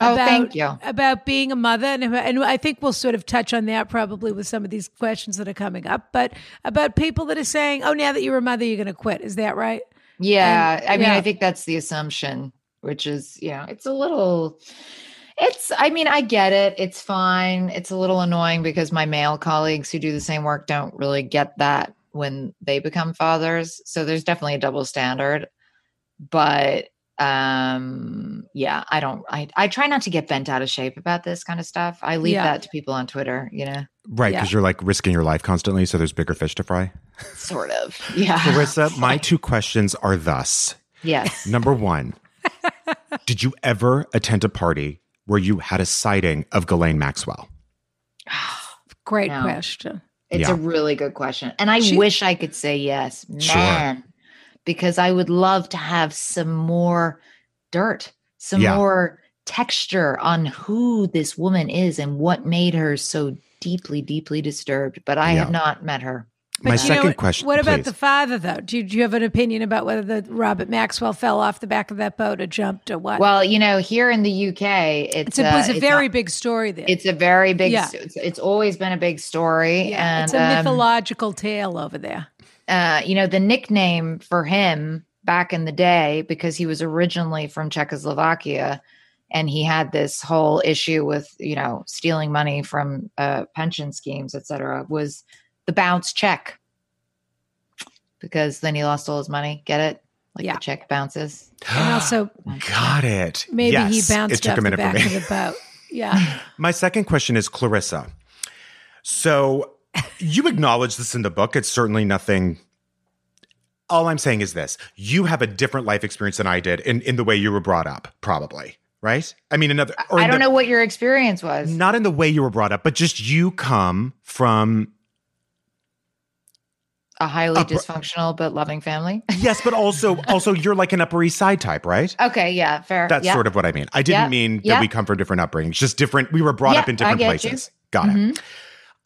Oh, thank you.
About being a mother, and, and I think we'll sort of touch on that probably with some of these questions that are coming up, but about people that are saying, "Oh, now that you're a mother, you're going to quit." Is that right?
Yeah.
And-
I mean,
yeah.
I think that's the assumption, which is, you know, it's a little, it's, I mean, I get it. It's fine. It's a little annoying because my male colleagues who do the same work don't really get that when they become fathers. So there's definitely a double standard. But um yeah i don't i i try not to get bent out of shape about this kind of stuff i leave
Yeah.
that to people on twitter you know
Right, because you're like risking your life constantly, so there's bigger fish to fry.
sort of yeah
Carissa, my two questions are thus.
yes
Number one, did you ever attend a party where you had a sighting of Ghislaine Maxwell?
Great
No.
question.
it's
Yeah.
a really good question and i
She-
wish i could say yes
Sure.
man because i would love to have some more dirt some
Yeah.
more texture on who this woman is and what made her so deeply deeply disturbed but i have
Yeah.
not met her
my
you know
second
what-
question.
What about
please.
the father, though? Do you, do you have an opinion about whether the Robert Maxwell fell off the back of that boat or jumped or what?
well you know here in the uk
it's
it's,
a, it
uh,
was a
it's
very
not-
big story there.
It's a very big.
Yeah.
s- It's, it's always been a big story,
yeah,
and
it's a
um,
mythological tale over there.
uh, you know the nickname for him back in the day because he was originally from Czechoslovakia, and he had this whole issue with you know stealing money from uh, pension schemes, etc. Was the bounce check because then he lost all his money. Get it? Like
Yeah.
the check bounces.
And also,
Got it.
maybe
Yes.
he bounced
It took
off
a
the
minute for
back
me.
of the boat. Yeah.
My second question is Clarissa. So you acknowledge this in the book. It's certainly nothing. All I'm saying is this you have a different life experience than I did in, in the way you were brought up, probably, right? I mean, another. or
I
in
don't
the-
know what your experience was.
Not in the way you were brought up, but just you come from.
A highly
Upper-
dysfunctional but loving family.
Yes, but also, also you're like an Upper East Side type, right?
okay, yeah, fair.
That's
yeah.
sort of what I mean. I didn't
Yeah.
mean that
Yeah.
we come from different upbringings, just different. We were brought
Yeah,
up in
I
different
get you.
places. Got it.
Mhm.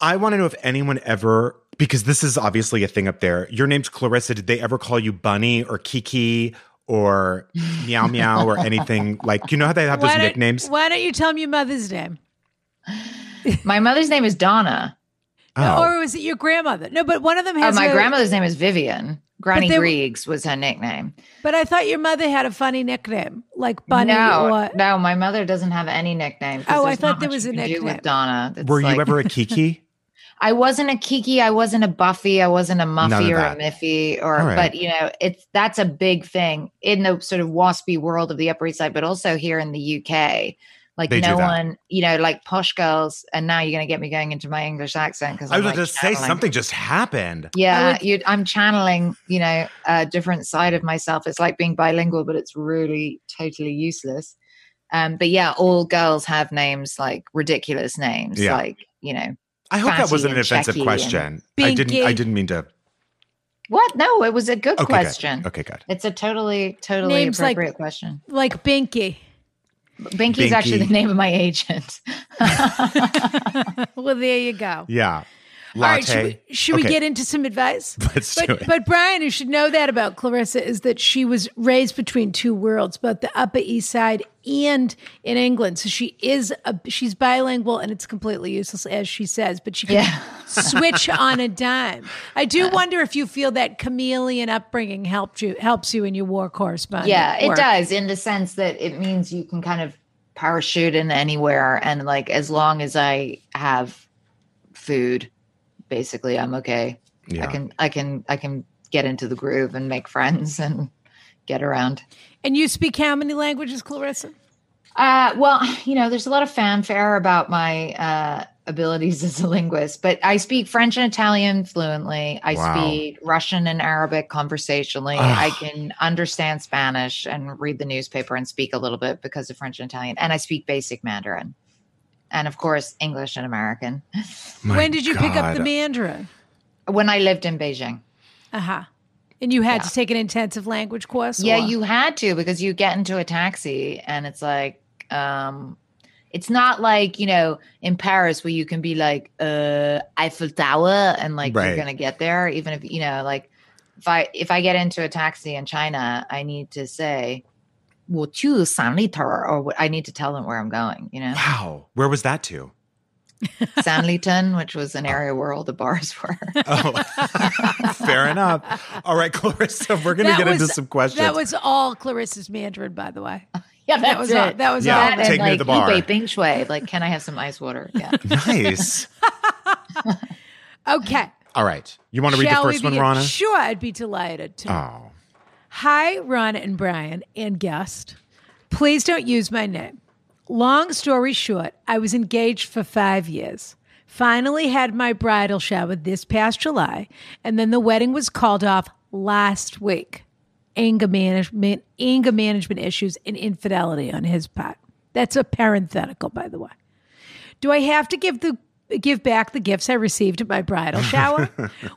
I want to know if anyone ever, because this is obviously a thing up there. Your name's Clarissa. Did they ever call you Bunny or Kiki or Meow Meow or anything? Like, you know how they have those
Why don't-
nicknames?
Why don't you tell me your mother's name?
My mother's name is Donna.
Oh,
Or was it your grandmother? No, but one of them
Oh,
has
my
a-
grandmother's name is Vivian. Granny
they-
Griegs was her nickname.
But I thought your mother had a funny nickname, like Bunny
no,
or
no, my mother doesn't have any nickname. 'cause
Oh, I
there's
thought
not
there
much
was
you
a
can do
nickname.
with Donna. It's
were
like-
you ever a Kiki?
I wasn't a Kiki. I wasn't a Buffy. I wasn't a
None of
Muffy or a
that.
Miffy. Or,
All right.
but you know, it's that's a big thing in the sort of waspy world of the Upper East Side, but also here in the UK. Like
They do
no
that.
one, you know, like posh girls. And now you're going to get me going into my English accent because
I was going to say something just happened.
Yeah,
would-
you I'm channeling, you know, a different side of myself. It's like being bilingual, but it's really totally useless. Um, but yeah, all girls have names like ridiculous names,
Yeah.
like you know
I hope that
Fatty
wasn't an
and
offensive
Checky and
question. I didn't. I
Pinky.
didn't mean to.
what? No, it was a good
Okay,
question.
good. Okay, good.
It's a totally totally
Names like-
appropriate question.
like Binky.
Binky's actually
Binky.
the name of my agent.
well, there you go.
Yeah. Latte.
All right, should we, should we
Okay.
get into some advice?
Let's do
But,
it.
but Brian, you should know that about Clarissa is that she was raised between two worlds, both the Upper East Side and in England. So she is a, she's bilingual, and it's completely useless as she says. But she can
Yeah.
switch on a dime. I do wonder if you feel that chameleon upbringing helped you helps you in your war correspondent.
yeah, it
work.
does in the sense that it means you can kind of parachute in anywhere, and like as long as I have food, basically, I'm okay.
yeah.
I can I can I can get into the groove and make friends and get around.
And you speak how many languages, Clarissa?
Uh, well, you know, there's a lot of fanfare about my uh, abilities as a linguist, but I speak French and Italian fluently. I
Wow.
speak Russian and Arabic conversationally.
Ugh.
I can understand Spanish and read the newspaper and speak a little bit because of French and Italian, and I speak basic Mandarin, and of course English and American.
My
when did you pick up
God.
the Mandarin?
When I lived in Beijing.
Uh huh. And you had to take an intensive language course.
Yeah,
or-
you had to because you get into a taxi and it's like, um, it's not like, you know, in Paris where you can be like, uh, Eiffel Tower and like
Right.
you're gonna get there, even if you know, like if I if I get into a taxi in China, I need to say well, to San Litor, or what- I need to tell them where I'm going, you know,
Wow. Where was that to?
Sanliton, which was an area where all the bars were.
Oh, fair enough. All right, Clarissa, we're going to
That
get into
was-
some questions.
That was all Clarissa's Mandarin, by the way.
yeah,
That was all. That was
Yeah,
all.
that
that-
and
take me to
like
the bar.
Yubei Bing Shui, like, can I have some ice water? Yeah.
nice.
Okay.
All right. You want to read the
Shall we
first one,
begin?
Rana?
Sure, I'd be delighted to.
Oh.
Hi, Ron and Brian and guest. Please don't use my name. Long story short, I was engaged for five years. Finally had my bridal shower this past July, and then the wedding was called off last week. Anger management, anger management issues, and infidelity on his part. That's a parenthetical, by the way. Do I have to give the give back the gifts I received at my bridal shower?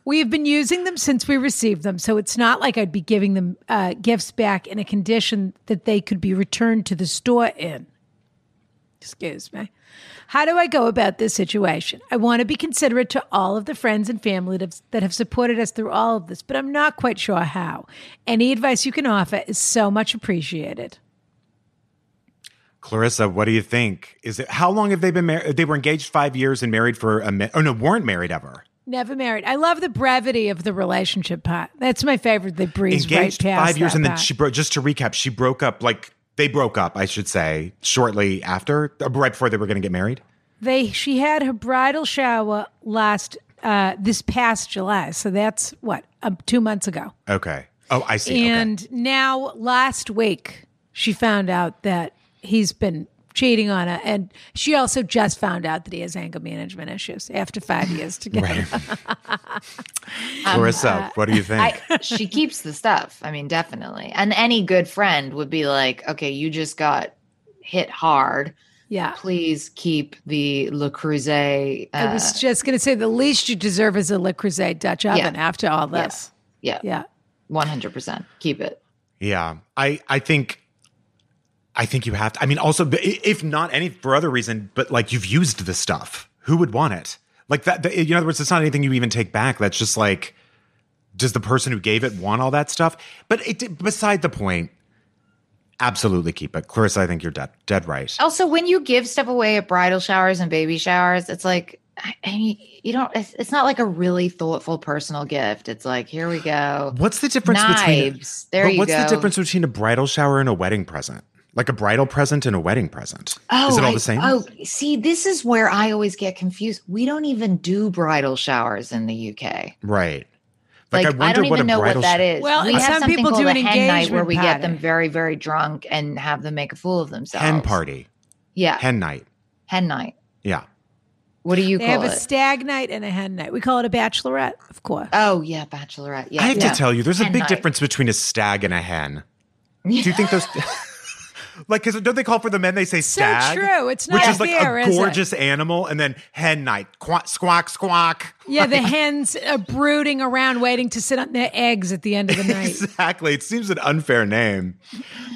we have been using them since we received them, so it's not like I'd be giving them uh, gifts back in a condition that they could be returned to the store in. Excuse me. How do I go about this situation? I want to be considerate to all of the friends and family that have- that have supported us through all of this, but I'm not quite sure how. Any advice you can offer is so much appreciated.
Clarissa, what do you think? Is it how long have they been married? They were engaged five years and married for a mi- oh no, weren't married ever.
Never married. I love the brevity of the relationship part. That's my favorite. They breeze
engaged
right past
five years
that
and then
part.
she broke. Just to recap, she broke up like they broke up, I should say, shortly after, uh, right before they were going to get married.
they she had her bridal shower last uh, this past July. So that's what um, two months ago.
Okay. Oh, I see. okay.
And now last week she found out that he's been cheating on her, and she also just found out that he has anger management issues after five years together.
Clarissa,
uh,
what do you think?
I, she keeps the stuff. I mean, definitely. And any good friend would be like, okay, you just got hit hard.
Yeah.
Please keep the Le Creuset. Uh,
I was just going to say the least you deserve is a Le Creuset Dutch oven after all this.
yeah,
Yeah.
100%. Keep it.
Yeah, I I think I think you have to. I mean, also i- if not any for other reason, but like you've used the stuff. Who would want it? Like that. The, in other words, it's not anything you even take back. That's just like, does the person who gave it want all that stuff? But it beside the point. Absolutely keep it, Clarissa. I think you're dead dead right.
Also, when you give stuff away at bridal showers and baby showers, it's like, I, I mean, you don't, it's, it's not like a really thoughtful personal gift. It's like, here we go.
What's the difference between?
Oh, Knives. there
but
you
what's
go.
the difference between a bridal shower and a wedding present? Like a bridal present and a wedding present. Is it all
I-
the same?
Oh, see, this is where I always get confused. We don't even do bridal showers in the UK.
right.
Like, I, don't even know what
bridal
that
show-
is.
Well,
we
and
have
some
something
people do an
called a hen night where
engagement
we get them
party.
very, very drunk and have them make a fool of themselves.
Hen party.
Yeah,
Hen
hen,
night.
night.
Yeah.
What do you
They
call
have
it?
a stag night and a hen night. We call it a bachelorette, of course.
oh yeah, bachelorette. Yeah,
I have
yeah.
to tell you, there's a
Hen
big
night.
difference between a stag and a hen. Do you think those like because don't they call for the men they say
So
stag?
true. It's
Which
not
is like
fair,
a
is it?
gorgeous animal, and then hen night, quack, squawk, squawk.
Yeah, the hens are brooding around, waiting to sit on their eggs at the end of the night.
Exactly. It seems an unfair name.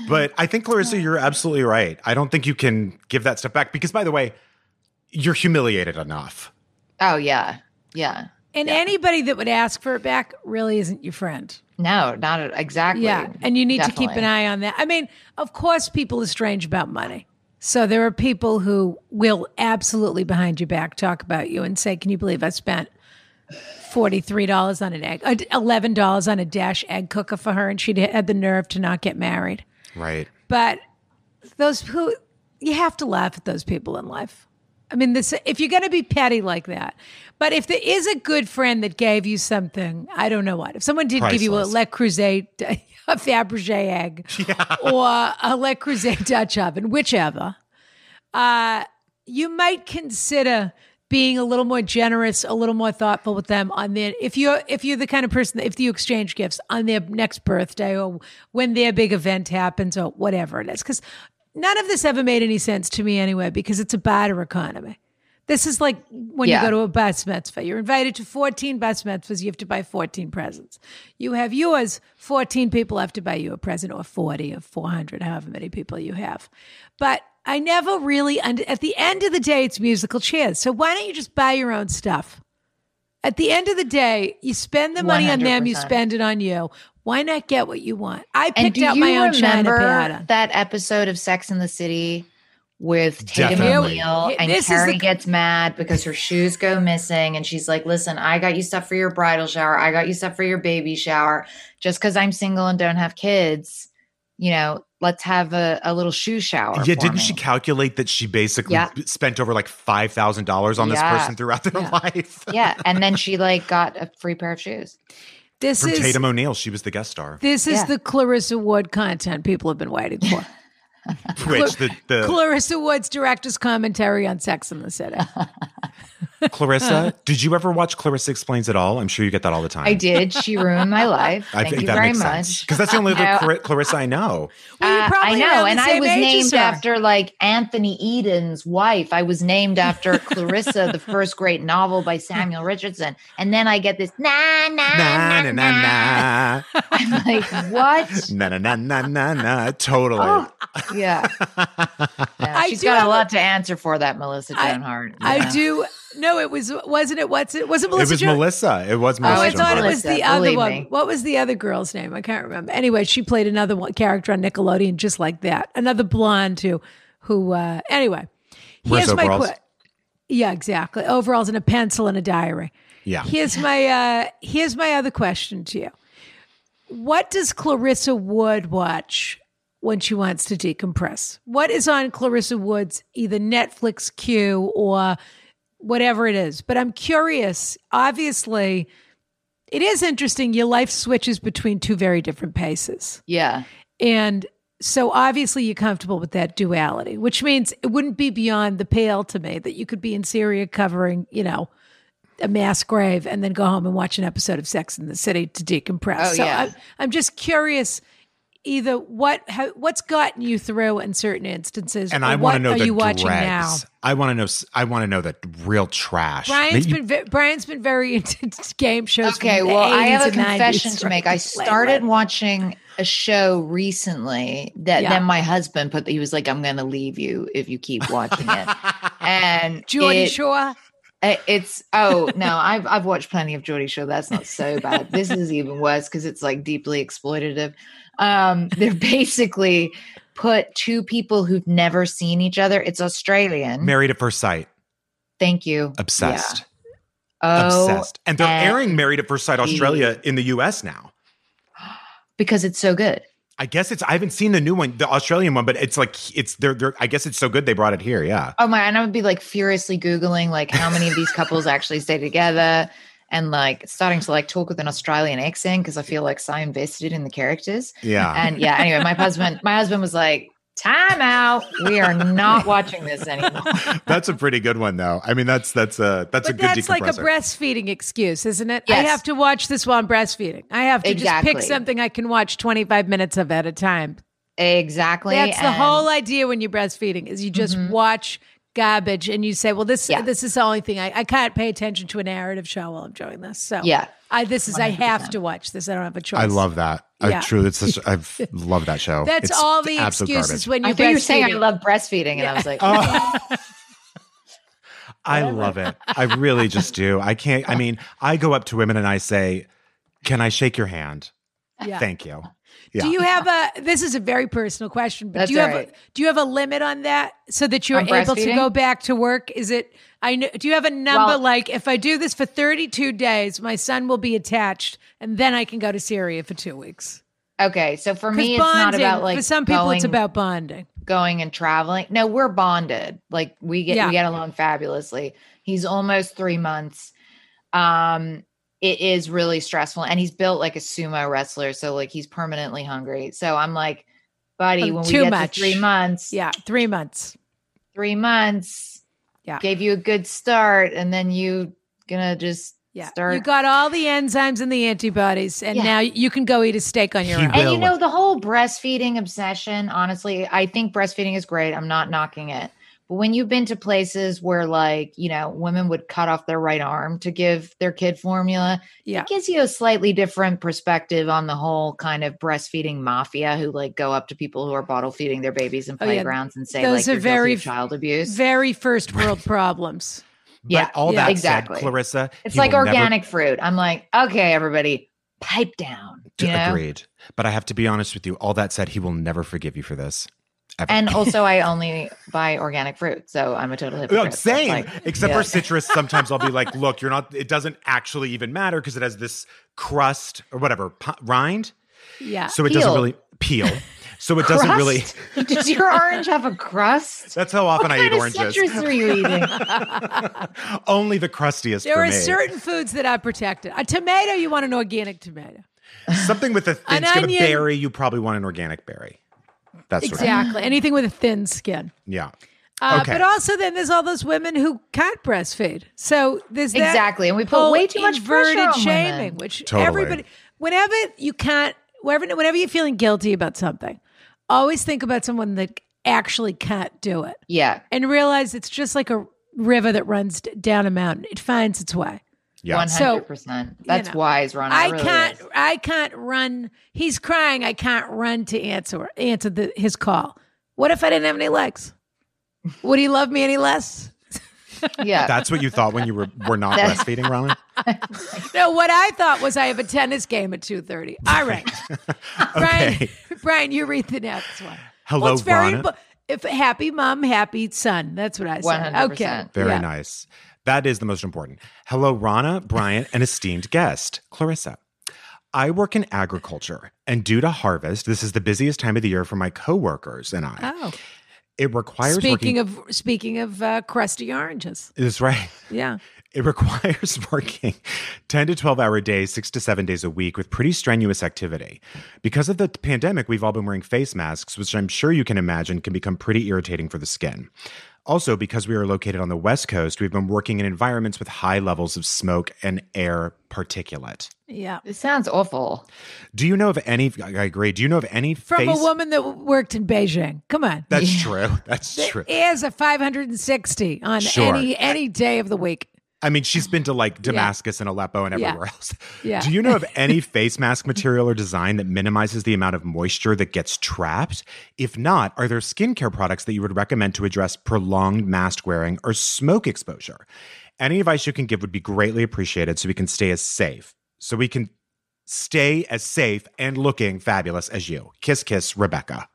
But I think, Clarissa, you're absolutely right. I don't think you can give that stuff back because, by the way, you're humiliated enough.
Oh yeah, yeah.
And anybody that would ask for it back really isn't your friend.
No, not at- exactly.
Yeah, and you need to keep
Definitely.
an eye on that. I mean, of course, people are strange about money. So there are people who will absolutely behind your back talk about you and say, "Can you believe I spent forty-three dollars on an egg, uh, eleven dollars on a dash egg cooker for her, and she had the nerve to not get married?"
Right.
But those who you have to laugh at those people in life. I mean, this if you're going to be petty like that. But if there is a good friend that gave you something, I don't know what. If someone did give you a
Priceless.
Le Creuset, a Fabergé egg, or a Le Creuset Dutch oven, whichever, uh, you might consider being a little more generous, a little more thoughtful with them on their if you're if you're the kind of person that if you exchange gifts on their next birthday or when their big event happens or whatever it is. Because none of this ever made any sense to me anyway, because it's a barter economy. This is like when
Yeah.
you go to a bus mitzvah. You're invited to 14 bus mitzvahs. You have to buy 14 presents. You have yours. 14 people have to buy you a present, or 40 or 400, however many people you have. But I never really, und- at the end of the day, it's musical chairs. So why don't you just buy your own stuff? At the end of the day, you spend the money on them, you
100%.
spend it on you. Why not get what you want? I
And
picked
do
out
you
my own china
remember
piada.
that episode of Sex in the City with Tatum
Definitely.
O'Neill
Here-
and
this is
Carrie
the-
gets mad because her shoes go missing and she's like, "Listen, I got you stuff for your bridal shower. I got you stuff for your baby shower. Just because I'm single and don't have kids, you know, let's have a, a little shoe shower."
Yeah,
for
didn't
me."
she calculate that she basically
Yeah.
b- spent over like five thousand dollars on this
Yeah.
person throughout their
Yeah.
life?
yeah, and then she like got a free pair of shoes.
This
From
is
Tatum O'Neill, she was the guest star.
this is
Yeah.
the Clarissa Ward content people have been waiting for.
which the, the
Clarissa Ward's director's commentary on Sex in the City.
Clarissa, did you ever watch Clarissa Explains It All? I'm sure you get that all the time.
I did. She ruined my life.
I
Thank
think
you
that
very
makes
much.
sense because that's the only
I-
other Clar- Clarissa I know.
Well, you're
Uh,
probably
I know,
around the
and I
same
was
age as
named
her.
after like Anthony Eden's wife. I was named after Clarissa, the first great novel by Samuel Richardson. And then I get this na na
Na na na na
I'm like, what?
na na na na na na. Totally.
Oh, yeah. yeah.
I
She's
do
got
have a-
a lot to answer for that, Melissa
I-
Joan Hart.
I
Yeah.
do. No, it was wasn't it? What's it? Was it
it
Melissa?
was
Joan-
Melissa. It was
Oh,
Melissa.
I
Melissa
thought it
Joan
was
Melissa,
the other
believe
one.
me.
What was the other girl's name? I can't remember. Anyway, she played another one, character on Nickelodeon just like that. Another blonde who, who. Uh, anyway,
Wears
here's my
overalls.
quote. Yeah, exactly. Overalls and a pencil and a diary.
Yeah.
Here's my uh, here's my other question to you. What does Clarissa Wood watch when she wants to decompress? What is on Clarissa Wood's either Netflix queue or whatever it is? But I'm curious. Obviously, it is interesting. Your life switches between two very different paces,
Yeah.
and so obviously you're comfortable with that duality, which means it wouldn't be beyond the pale to me that you could be in Syria covering, you know, a mass grave and then go home and watch an episode of Sex in the City to decompress.
Oh,
so
yeah.
I'm, I'm just curious either what how, what's gotten you through in certain instances
And
or
I
what
want to know
are
the
you watching now?
dregs. I want to know. s- I want to know the real trash.
Brian's
That you-
been ve- Brian's been very into game shows. from
Okay,
the
well,
80s
I have a
and 90s
confession to
right
make. I
lately.
started watching a show recently that
Yeah.
then my husband put. He was like, "I'm going to leave you if you keep watching it." and
Geordie
it-
Shore.
I- Uh, It's oh no, I've I've watched plenty of Geordie Shore. That's not so bad. This is even worse because it's like deeply exploitative. Um, they're basically put two people who've never seen each other. It's
Mm-hmm.
Australian.
Married at First Sight.
Thank you.
Obsessed.
Yeah. Oh,
Obsessed. And they're
and-
airing Married at First Sight Australia in the U.S. now.
because it's so good.
I guess it's. I haven't seen the new one, the Australian one, but it's like it's. They're. they're I guess it's so good they brought it here. Yeah.
Oh my! And I would be like furiously googling like how many of these couples actually stay together, and like starting to like talk with an Australian accent because I feel like so invested in the characters.
Yeah.
And yeah, anyway, my husband, my husband was like, "Time out! We are not watching this anymore."
that's a pretty good one, though. I mean, that's that's a that's a
But
good
that's like a
decompressor.
breastfeeding excuse, isn't it? I
Yes.
have to watch this while I'm breastfeeding. I have to just
Exactly.
pick something I can watch 25 minutes of at a time.
Exactly.
That's the
and- Mm-hmm.
whole idea when you're breastfeeding is you just watch garbage and you say, "Well, this
Yeah.
this is the only thing I, I can't pay attention to a narrative show while I'm doing this." So
Yeah.
I this is I have to watch this. I don't have a choice.
I love that.
Yeah.
I truly, it's such, I've loved that show.
that's
It's
all the
absolute
excuses
garbage.
when
I
you're
thought you were saying I
breastfeeding.
love breastfeeding, and I was like,
I love it. I really just do. I can't. I mean, I go up to women and I say, "Can I shake your hand?
Yeah.
Thank you."
Do you have a? This is a very personal question, but
That's
do you have
all
a,
right.
do you have a limit on that so that you're
On
able to
breastfeeding?
go back to work? Is it? I know. Do you have a number
Well-
like if I do this for 32 days, my son will be attached, and then I can go to Syria for two weeks?
"Oh, okay. So for me,
Because
it's not
bonding
about like
for some people, it's
going-
about bonding.
going and traveling. No, we're bonded. Like we get
Yeah.
we get along fabulously. He's almost three months. Um, it is really stressful, and he's built like a sumo wrestler, so like he's permanently hungry. So I'm like, buddy,
Oh,
when we
too
get
much.
to three months,
Yeah, three months.
three months,
Yeah.
gave you a good start, and then you gonna just
Yeah,
start.
you got all the enzymes and the antibodies, and
Yeah.
now you can go eat a steak on your
He
own.
will.
and you know the whole breastfeeding obsession honestly i think breastfeeding is great i'm not knocking it but when you've been to places where like you know women would cut off their right arm to give their kid formula
Yeah.
it gives you a slightly different perspective on the whole kind of breastfeeding mafia who like go up to people who are bottle feeding their babies in
Oh, yeah.
playgrounds and say
Those
like
are
you're guilty
very-
of child abuse
Very first world problems.
But
Yeah,
all
yeah,
that
exactly.
said, Clarissa,
it's
he
like
will never-
organic fruit i'm like okay everybody pipe down
D-
you know?
Agreed. But I have to be honest with you. All that said, he will never forgive you for this. Ever.
and also i only buy organic fruit so i'm a total hypocrite
Well,
That's
Oh, same,
like-
except
yeah.
for citrus. Sometimes I'll be like, "Look, you're not. It doesn't actually even matter because it has this crust or whatever pi- rind,
Yeah.
so it doesn't
Uh, Peel.
really peel." So it doesn't really.
Crust? Does your orange have a crust?
That's how often
what
I eat
kind of
oranges.
citrus are you eating?
Only the crustiest
There
for
are
me.
certain foods that are protected. A tomato, you want an organic tomato.
Something with a thin
An
skin of
onion.
berry, you probably want an organic berry. That's right.
Exactly. Anything with a thin skin.
Yeah.
Uh,
Okay.
But also, then there's all those women who can't breastfeed. So there's that
Exactly, and we put
whole
way too much pressure
inverted
on women.
shaming, which
Totally.
everybody, whenever you can't, whenever, whenever you're feeling guilty about something, always think about someone that actually can't do it
Yeah,
and realize it's just like a river that runs d- down a mountain. It finds its way.
Yeah.
one
So,
hundred percent. That's
you know,
wise, Ron.
I
It really
can't.
is.
I can't run. He's crying. I can't run to answer answer the, his call. What if I didn't have any legs? Would he love me any less?
Yeah,
That's what you thought when you were, were not
That's-
breastfeeding, Ronan?
No. What I thought was I have a tennis game at two thirty. All right, Brian.
Okay.
Brian, you read the next one.
Hello,
it's very
Rana.
impo- if happy mom, happy son. That's what I said.
100%.
Okay.
Very
Yeah.
nice. That is the most important. Hello, Rana, Brian, and esteemed guest, Clarissa. I work in agriculture, and due to harvest, this is the busiest time of the year for my coworkers and I.
Oh,
It requires
speaking
working,
of speaking of uh, crusty oranges,
That's right.
yeah.
It requires working 10 to 12 hour days, six to seven days a week with pretty strenuous activity. Because of the pandemic, we've all been wearing face masks, which I'm sure you can imagine can become pretty irritating for the skin. Also, because we are located on the West Coast, we've been working in environments with high levels of smoke and air particulate.
Yeah,
it sounds awful.
Do you know of any? I agree. Do you know of any
from
face?
a woman that worked in Beijing. Come on,
That's true. That's true.
is a 560 on
Sure.
any any day of the week.
I mean, she's been to like Damascus and Aleppo and everywhere else.
Yeah.
Do you know of any face mask material or design that minimizes the amount of moisture that gets trapped? If not, are there skincare products that you would recommend to address prolonged mask wearing or smoke exposure? Any advice you can give would be greatly appreciated so we can stay as safe. So we can stay as safe and looking fabulous as you. Kiss, kiss, Rebecca.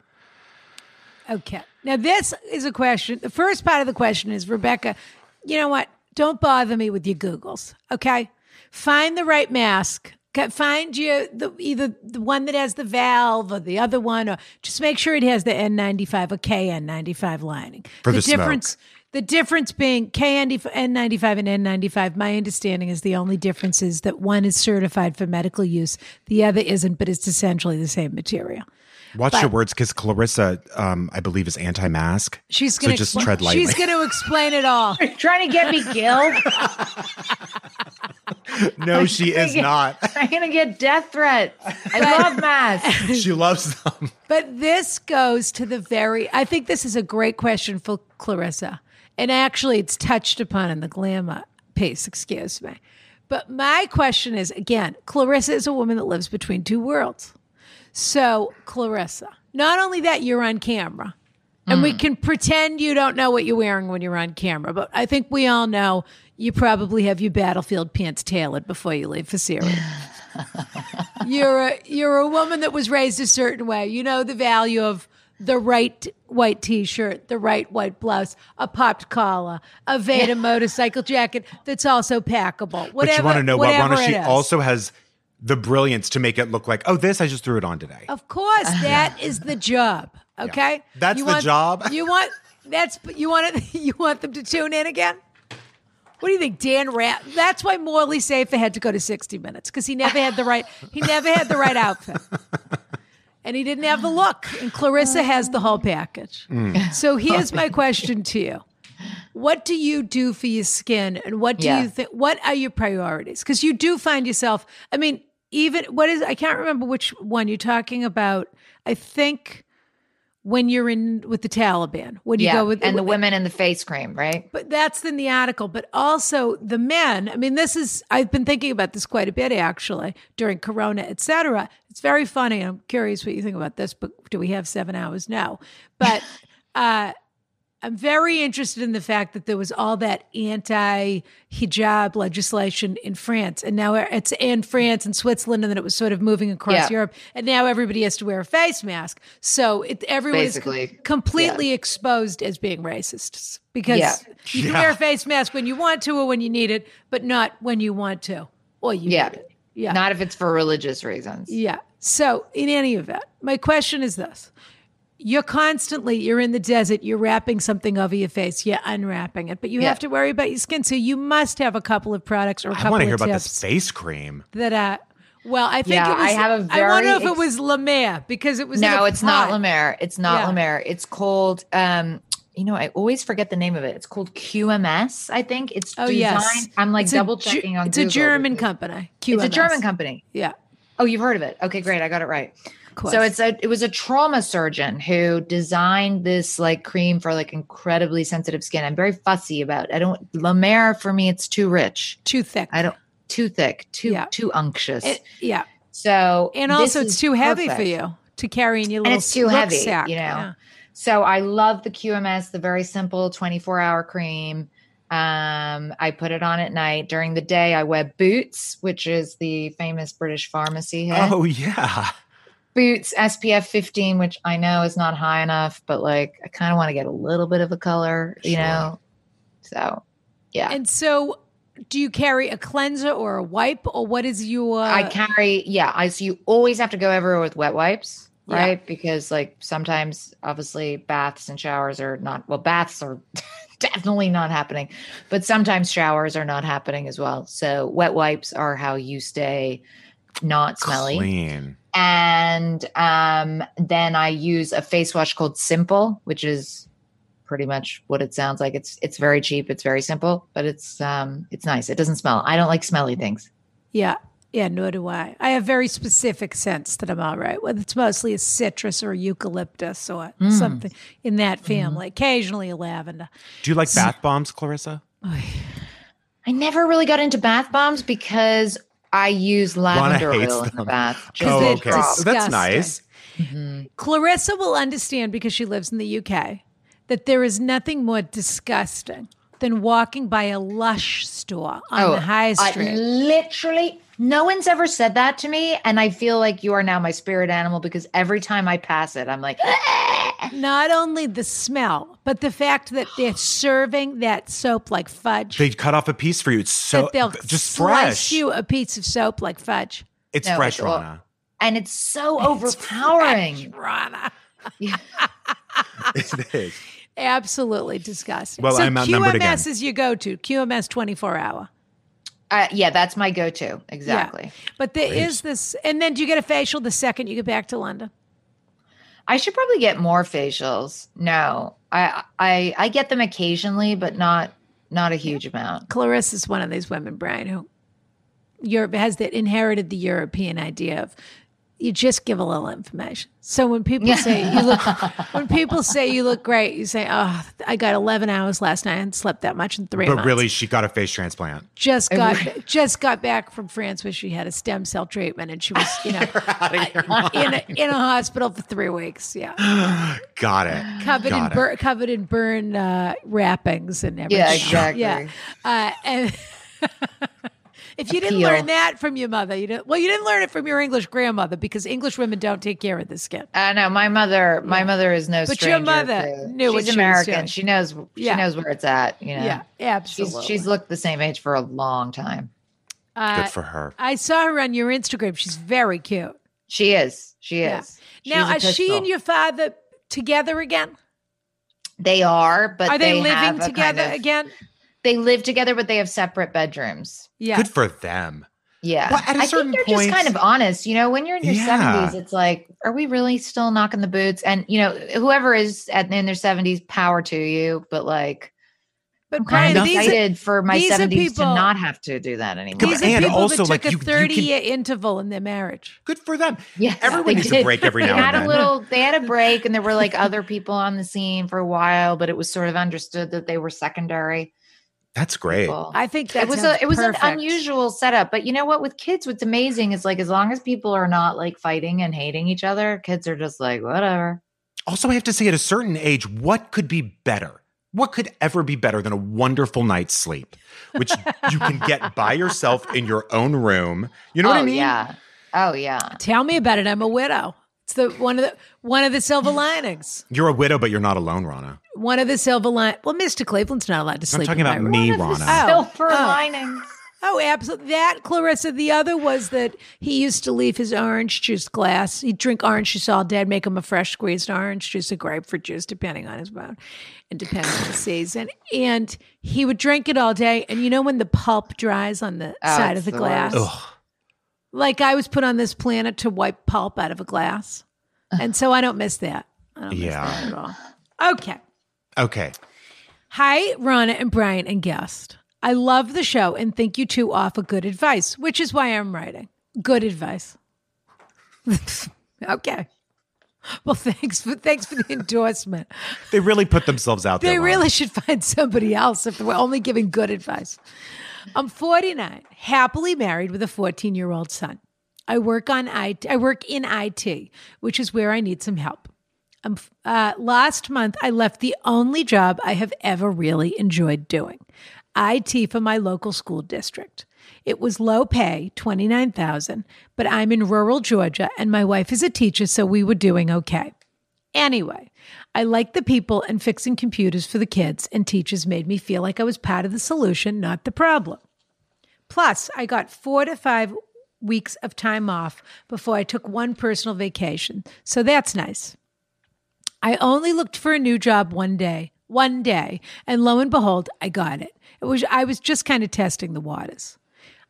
Okay. Now this is a question. The first part of the question is Rebecca, you know what? Don't bother me with your Googles. Okay? Find the right mask. Ca- Find you the either the one that has the valve or the other one, or just make sure it has the N95 or KN95 lining.
For the smoke.
difference, the difference being KN95 N95 and N95. My understanding is the only difference is that one is certified for medical use, the other isn't, but it's essentially the same material.
Watch your words because Clarissa, um, I believe, is anti mask.
She's going to
So just tread lightly.
She's going to explain it all.
Trying to get me killed.
no, she is not.
I'm gonna get death threats. I love masks.
she loves them.
But this goes to the very. I think this is a great question for Clarissa, and actually, it's touched upon in the glamour piece. Excuse me, but my question is again: Clarissa is a woman that lives between two worlds. So, Clarissa, not only that, you're on camera. And we can pretend you don't know what you're wearing when you're on camera, but I think we all know you probably have your battlefield pants tailored before you leave for Syria. you're a, you're a woman that was raised a certain way. You know the value of the right white t-shirt, the right white blouse, a popped collar, a Veda motorcycle jacket that's also packable. Whatever,
but you want to know what
whatever
Rana? She
it is.
also has the brilliance to make it look like, oh, this I just threw it on today.
Of course, that is the job. Okay,
That's the job?
You want that's you want it, you want them to tune in again. What do you think, Dan Rat? That's why Morley Safer had to go to sixty minutes because he never had the right he never had the right outfit, and he didn't have the look. And Clarissa has the whole package.
Mm.
So here's my question to you: What do you do for your skin, and what do
Yeah.
you think? What are your priorities? Because you do find yourself. I mean, even what is I can't remember which one you're talking about. I think when you're in with the Taliban, when you
Yeah,
go with
and the women in the face cream, right?
but that's in the article. But also the men. I mean, this is I've been thinking about this quite a bit actually during Corona, et cetera. It's very funny. I'm curious what you think about this. But do we have seven hours? No. But uh, I'm very interested in the fact that there was all that anti-hijab legislation in France, and now it's in France and Switzerland, and then it was sort of moving across
Yeah.
Europe, and now everybody has to wear a face mask. So it, everyone is
Basically,
com- completely exposed as being racist because
Yeah.
you can
Yeah.
wear a face mask when you want to or when you need it, but not when you want to or you
Yeah.
need it. Yeah.
Not if it's for religious reasons.
yeah. So, in any event, my question is this. You're constantly, you're in the desert, you're wrapping something over your face, you're unwrapping it, but you
Yeah.
have to worry about your skin. So, you must have a couple of products or a
I
couple
want to
of
hear
tips
about this face cream.
that I, well, I think
Yeah,
it was,
I have a
I wonder
very
if it
ex-
was La Mer because it was. in
No,
a
it's not
pot.
Lemaire. It's not
Yeah.
Lemaire. It's called um you know, I always forget the name of it. It's called QMS, I think. It's
Oh,
designed
yes.
I'm like
It's a
double
Ge-
checking on
It's
Google.
a German company.
It's a
QMS.
German company.
Yeah.
Oh, you've heard of it. Okay, great. I got it right.
course.
So it's a it was a trauma surgeon who designed this like cream for like incredibly sensitive skin. I'm very fussy about. It. I don't La Mer for me it's too rich.
too thick.
I don't too thick, too
Yeah.
too unctuous.
It- yeah.
so
And
this
also,
is
it's too heavy for
perfect.
you to carry in your little
and it's too heavy,
rucksack.
you know.
Yeah.
So I love the QMS, the very simple 24 hour cream. Um, I put it on at night. During the day, I wear Boots, which is the famous British pharmacy here.
Oh yeah.
Boots SPF 15, which I know is not high enough, but like I kind of want to get a little bit of a color, you
Sure.
know. So yeah.
And so, do you carry a cleanser or a wipe, or what is your?
I carry, yeah. I so you always have to go everywhere with wet wipes,
Yeah.
right? Because like sometimes, obviously, baths and showers are not. Well, baths are definitely not happening, but sometimes showers are not happening as well. So wet wipes are how you stay not smelly.
Clean.
And um, then I use a face wash called Simple, which is pretty much what it sounds like. It's it's very cheap. It's very simple, but it's um, it's nice. It doesn't smell. I don't like smelly things.
Yeah. Yeah, nor do I. I have very specific sense that I'm all right with. It's mostly a citrus or eucalyptus or
Mm. Mm-hmm.
something in that family. Occasionally a lavender.
Do you like bath bombs, Clarissa?
I never really got into bath bombs because I use lavender
hates
oil in the
them.
bath. just
Oh,
to
okay.
drop.
So That's
Disgusting.
nice.
Mhm.
Clarissa will understand because she lives in the UK that there is nothing more disgusting than walking by a lush store on
Oh,
the high
I
street.
literally, no one's ever said that to me, and I feel like you are now my spirit animal because every time I pass it, I'm like, "Ah!"
Not only the smell, but the fact that they're serving that soap like fudge.
They cut off a piece for you. It's so
that they'll
just
slice
fresh.
you a piece of soap like fudge.
It's
No,
fresh,
it's all-
Rana.
and it's so overpowering.
Rana.
it is.
Absolutely disgusting.
Well,
so
I'm outnumbered
QMS
again.
is your go-to. QMS 24 hour.
Uh, yeah, that's my go-to exactly.
But there is this, and then do you get a facial the second you get back to London?
I should probably get more facials. No, I, I, I get them occasionally, but not, not a huge amount.
Clarissa is one of these women, Brian, who Europe has that inherited the European idea of you just give a little information. So when people say you look, when people say you look great, you say, "Oh, I got 11 hours last night and slept that much in three
But
months."
really, she got a face transplant.
just got just got back from France where she had a stem cell treatment and she was you know in a, in a hospital for three weeks yeah
Got it.
covered
Got
in
it.
bur- covered in burn uh, wrappings and everything else.
exactly.
yeah uh, and if you didn't
Appeal.
learn that from your mother you didn't well you didn't learn it from your English grandmother because English women don't take care of the skin
I know my mother. My mother is no
But your
stranger.
mother
to-
knew
she's
what she was
American.
doing.
She knows.
Yeah.
She knows where it's at. You know.
yeah,
She's
absolutely Uh,
she's looked the same age for a long time.
Good for her.
I saw her on your Instagram she's very cute
She is. She
Yeah.
is.
now
She's a
is she and
pistol.
your father together again
They are, but
are they,
have
living
a kind
together
of-
again?
They live together, but they have separate bedrooms.
Yeah.
Good for them.
Yeah.
Well, at a
I
certain
think they're
point-
just kind of honest. You know, when you're in your
Yeah.
70s, it's like, are we really still knocking the boots? And, you know, whoever is at, in their 70s, power to you. But, like,
but
I'm kind
Brian,
of
Nothing.
these are,
excited for my
these are
70s
people-
to not have to do that anymore.
these are
And
people
also,
that took
like,
a
you- you can-
30 year interval in their marriage.
Good for them.
Yeah,
Everyone
they
needs a
did.
break every
They
now and
had a
then.
little. They had a break, and there were like other people on the scene for a while, but it was sort of understood that they were secondary.
That's great.
people.
I think that
it was
sounds
a, it was
perfect.
an unusual setup, but you know what? With kids, what's amazing is like as long as people are not like fighting and hating each other, kids are just like whatever.
Also, I have to say, at a certain age, what could be better? What could ever be better than a wonderful night's sleep, which you can get by yourself in your own room? You know
oh
what I mean?
yeah, oh yeah.
Tell me about it. I'm a widow. It's the one of the one of the silver linings.
You're a widow, but you're not alone, Rana.
One of the silver lin. Well, Mr. Cleveland's not allowed to
I'm
sleep.
talking
in my
about
room.
me,
One of the
Rana.
Oh,
silver
oh.
linings.
Oh, absolutely. That, Clarissa. The other was that he used to leave his orange juice glass. He'd drink orange juice all day, I'd make him a fresh squeezed orange juice, a grapefruit juice, depending on his mood and depending on the season. And he would drink it all day. And you know when the pulp dries on the
Oh,
side
it's
of the,
the
glass?
worst.
Like I was put on this planet to wipe pulp out of a glass. And so I don't miss that. I don't
Yeah.
miss that at all. Okay.
Okay.
Hi, Rana and Brian and guest. I love the show and think you two offer good advice, which is why I'm writing. Good advice. okay. Well, thanks for thanks for the endorsement.
They really put themselves out
They
there. Lana.
really should find somebody else if we're only giving good advice. I'm 49, happily married with a 14 year old son. I work on IT. I work in IT, which is where I need some help. I'm, f- uh, last month, I left the only job I have ever really enjoyed doing IT for my local school district. It was low pay, 29,000, but I'm in rural Georgia and my wife is a teacher, so we were doing okay. Anyway, I like the people and fixing computers for the kids and teachers made me feel like I was part of the solution, not the problem. Plus, I got four to five weeks of time off before I took one personal vacation. So that's nice. I only looked for a new job one day, one day, and lo and behold, I got it. It was I was just kind of testing the waters.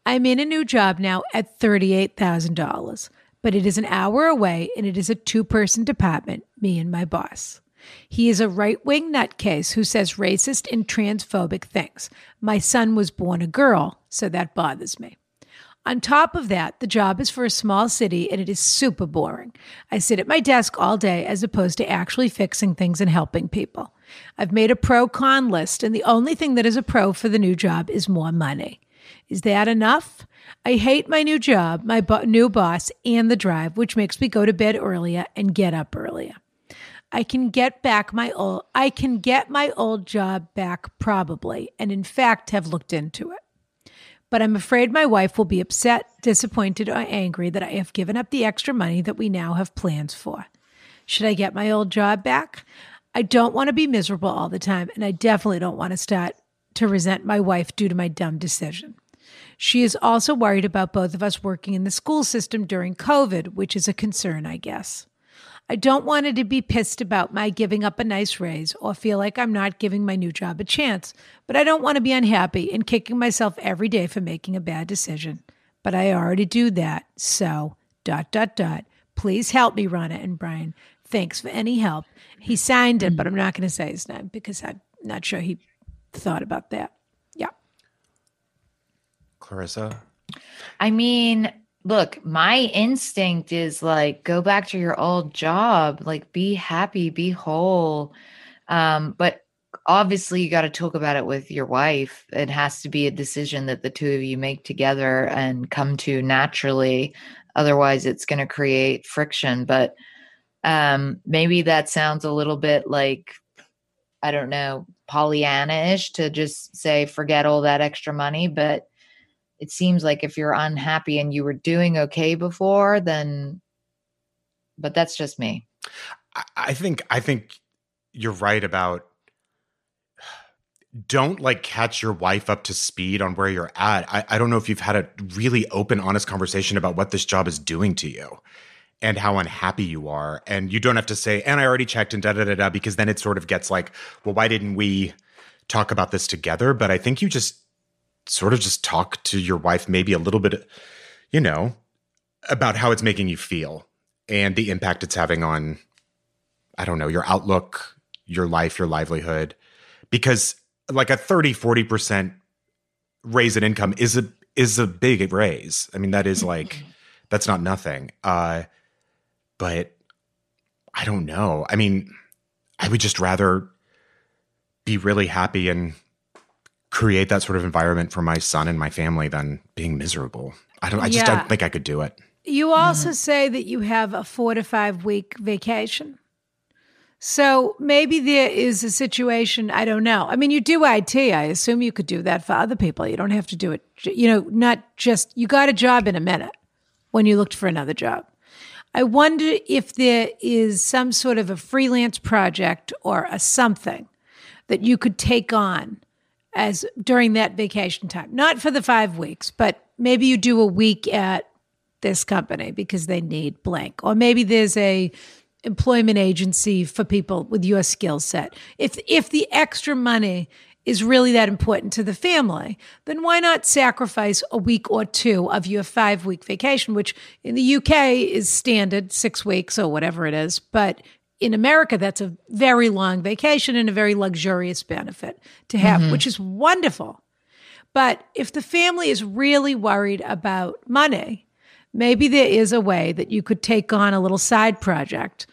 I'm in a new job now at $38,000, but it is an hour away and it is a two person department, me and my boss. He is a right wing nutcase who says racist and transphobic things. My son was born a girl, so that bothers me. On top of that, the job is for a small city and it is super boring. I sit at my desk all day as opposed to actually fixing things and helping people. I've made a pro con list, and the only thing that is a pro for the new job is more money. Is that enough? I hate my new job, my bo- new boss, and the drive, which makes me go to bed earlier and get up earlier. I can get back my old I can get my old job back probably, and in fact have looked into it but I'm afraid my wife will be upset, disappointed, or angry that I have given up the extra money that we now have plans for. Should I get my old job back? I don't want to be miserable all the time, and I definitely don't want to start to resent my wife due to my dumb decision. She is also worried about both of us working in the school system during COVID, which is a concern, I guess. I don't want her to be pissed about my giving up a nice raise or feel like I'm not giving my new job a chance, but I don't want to be unhappy and kicking myself every day for making a bad decision. But I already do that. So, dot, dot, dot. Please help me, Rana and Brian. Thanks for any help. He signed it, but I'm not going to say his name because I'm not sure he thought about that. Yeah.
Clarissa.
I mean, look, my instinct is like go back to your old job, like be happy, be whole. Um, but obviously you got to talk about it with your wife. It has to be a decision that the two of you make together and come to naturally. Otherwise, it's going to create friction, but um maybe that sounds a little bit like I don't know, Pollyanna-ish to just say forget all that extra money, but it seems like if you're unhappy and you were doing okay before, then, but that's just me.
I, I think I think you're right about don't like catch your wife up to speed on where you're at. I, I don't know if you've had a really open, honest conversation about what this job is doing to you and how unhappy you are. And you don't have to say, and I already checked and da da da da, because then it sort of gets like, well, why didn't we talk about this together? But I think you just sort of just talk to your wife maybe a little bit, you know, about how it's making you feel and the impact it's having on I don't know, your outlook, your life, your livelihood. Because like a 30, 40% raise in income is a is a big raise. I mean, that is like that's not nothing. Uh but I don't know. I mean, I would just rather be really happy and create that sort of environment for my son and my family than being miserable. I don't I just
Yeah.
don't think I could do it.
You also say that you have a four to five week vacation. So maybe there is a situation, I don't know. I mean, you do IT. I assume you could do that for other people. You don't have to do it, you know, not just, you got a job in a minute when you looked for another job. I wonder if there is some sort of a freelance project or a something that you could take on as during that vacation time. Not for the five weeks, but maybe you do a week at this company because they need blank, or maybe there's a employment agency for people with your skill set. If if the extra money is really that important to the family, then why not sacrifice a week or two of your five week vacation, which in the UK is standard six weeks or whatever it is. But in America, that's a very long vacation and a very luxurious benefit to have, which is wonderful. But if the family is really worried about money, maybe there is a way that you could take on a little side project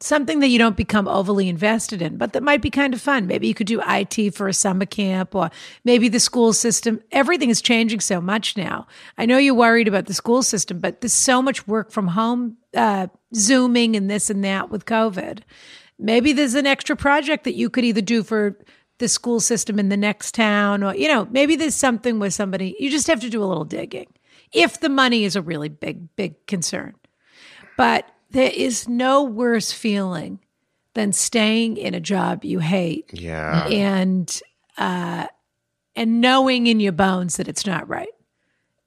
something that you don't become overly invested in, but that might be kind of fun. Maybe you could do IT for a summer camp, or maybe the school system. Everything is changing so much now. I know you're worried about the school system, but there's so much work from home, uh, Zooming, and this and that with COVID. Maybe there's an extra project that you could either do for the school system in the next town, or, you know, maybe there's something where somebody, you just have to do a little digging if the money is a really big, big concern. But there is no worse feeling than staying in a job you hate
Yeah.
and uh, and knowing in your bones that it's not right.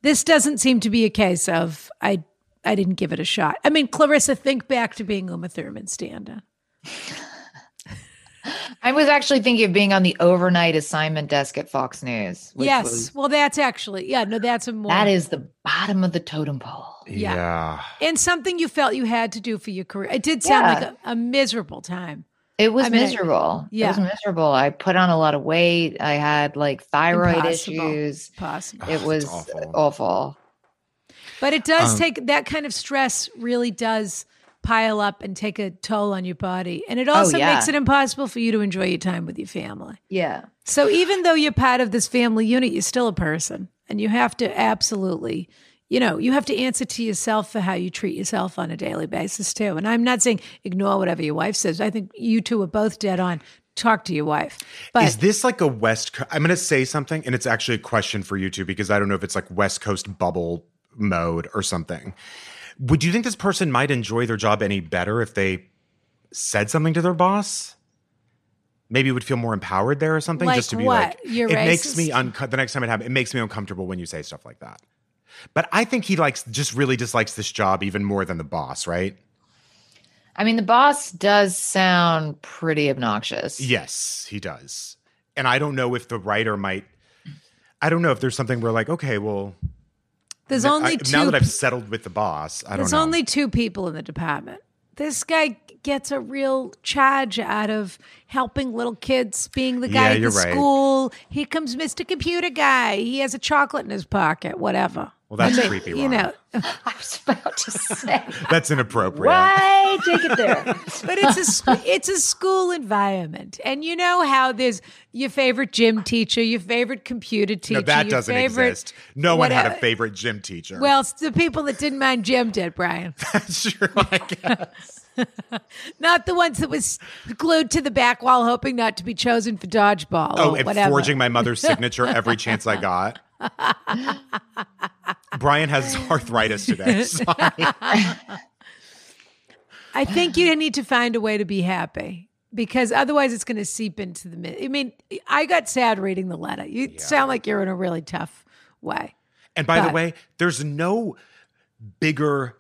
This doesn't seem to be a case of I I didn't give it a shot. I mean, Clarissa, think back to being Uma Thurman stand-up.
I was actually thinking of being on the overnight assignment desk at Fox News. which
Yes,
was-
well, that's actually yeah, no, that's a more
that is the bottom of the totem pole.
Yeah.
yeah.
and something you felt you had to do for your career. It did sound
Yeah.
like a, a miserable time.
It was
I mean, I-
miserable.
yeah.
It was miserable. I put on a lot of weight. I had like thyroid
Impossible.
issues.
Possible.
Ugh,
It
that's
was
awful.
awful.
But it does
Um,
take that kind of stress really does pile up and take a toll on your body. And it
Oh,
also
yeah.
makes it impossible for you to enjoy your time with your family.
Yeah.
So even though you're part of this family unit, you're still a person and you have to absolutely you know, you have to answer to yourself for how you treat yourself on a daily basis too. And I'm not saying ignore whatever your wife says. I think you two are both dead on. Talk to your wife. But
is this like a West? Co- I'm going to say something, and it's actually a question for you two because I don't know if it's like West Coast bubble mode or something. Would you think this person might enjoy their job any better if they said something to their boss? Maybe would feel more empowered there or something.
Like
just to be
what?
like,
You're
it makes me
racist?
unco- the next time it happens. It makes me uncomfortable when you say stuff like that. But I think he likes just really dislikes this job even more than the boss, right?
I mean, the boss does sound pretty obnoxious.
Yes, he does. And I don't know if the writer might. I don't know if there's something where like, okay, well,
there's
th-
only
I-
two
now that I've settled with the boss, I don't
There's
know.
only two people in the department. This guy gets a real charge out of helping little kids, being the
Yeah,
guy
you're
at the
right.
school. Here comes Mr. Computer Guy. He has a chocolate in his pocket, whatever.
well, that's
But,
creepy.
You
Ron.
know,
I was about to say,
that's inappropriate.
why take it there?
but it's a sc- it's a school environment, and you know how there's your favorite gym teacher, your favorite computer teacher,
No, that
your
doesn't
favorite,
exist. No one had a
whatever.
favorite gym teacher.
Well, it's the people that didn't mind gym did, Brian.
sure. I guess.
Not the ones that was glued to the back wall, hoping not to be chosen for dodgeball.
Oh,
or
and
whatever.
forging my mother's signature every chance I got. Brian has arthritis today. Sorry.
I think you need to find a way to be happy because otherwise it's going to seep into the. mi- I mean, I got sad reading the letter. You sound like you're in a really tough way.
And by the
But-
way, there's no bigger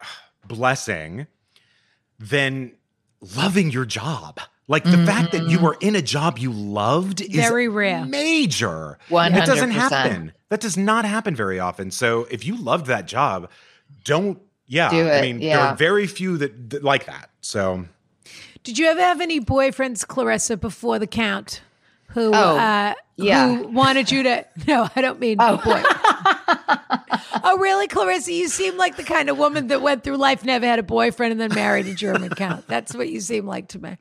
uh, blessing than loving your job. Like the fact that you were in a job you loved is
Mm-hmm. Very rare.
major.
One
That doesn't
hundred
happen.
percent.
That does not happen very often. So if you loved that job, don't. Yeah,
Do
I
it,
mean, there
yeah.
are very few that, that like that. So
Did you ever have any boyfriends, Clarissa, before the count, who
Oh,
uh,
yeah.
who wanted you to? No, I don't mean. Oh. boy. oh, really, Clarissa? You seem like the kind of woman that went through life, never had a boyfriend, and then married a German count. That's what you seem like to me.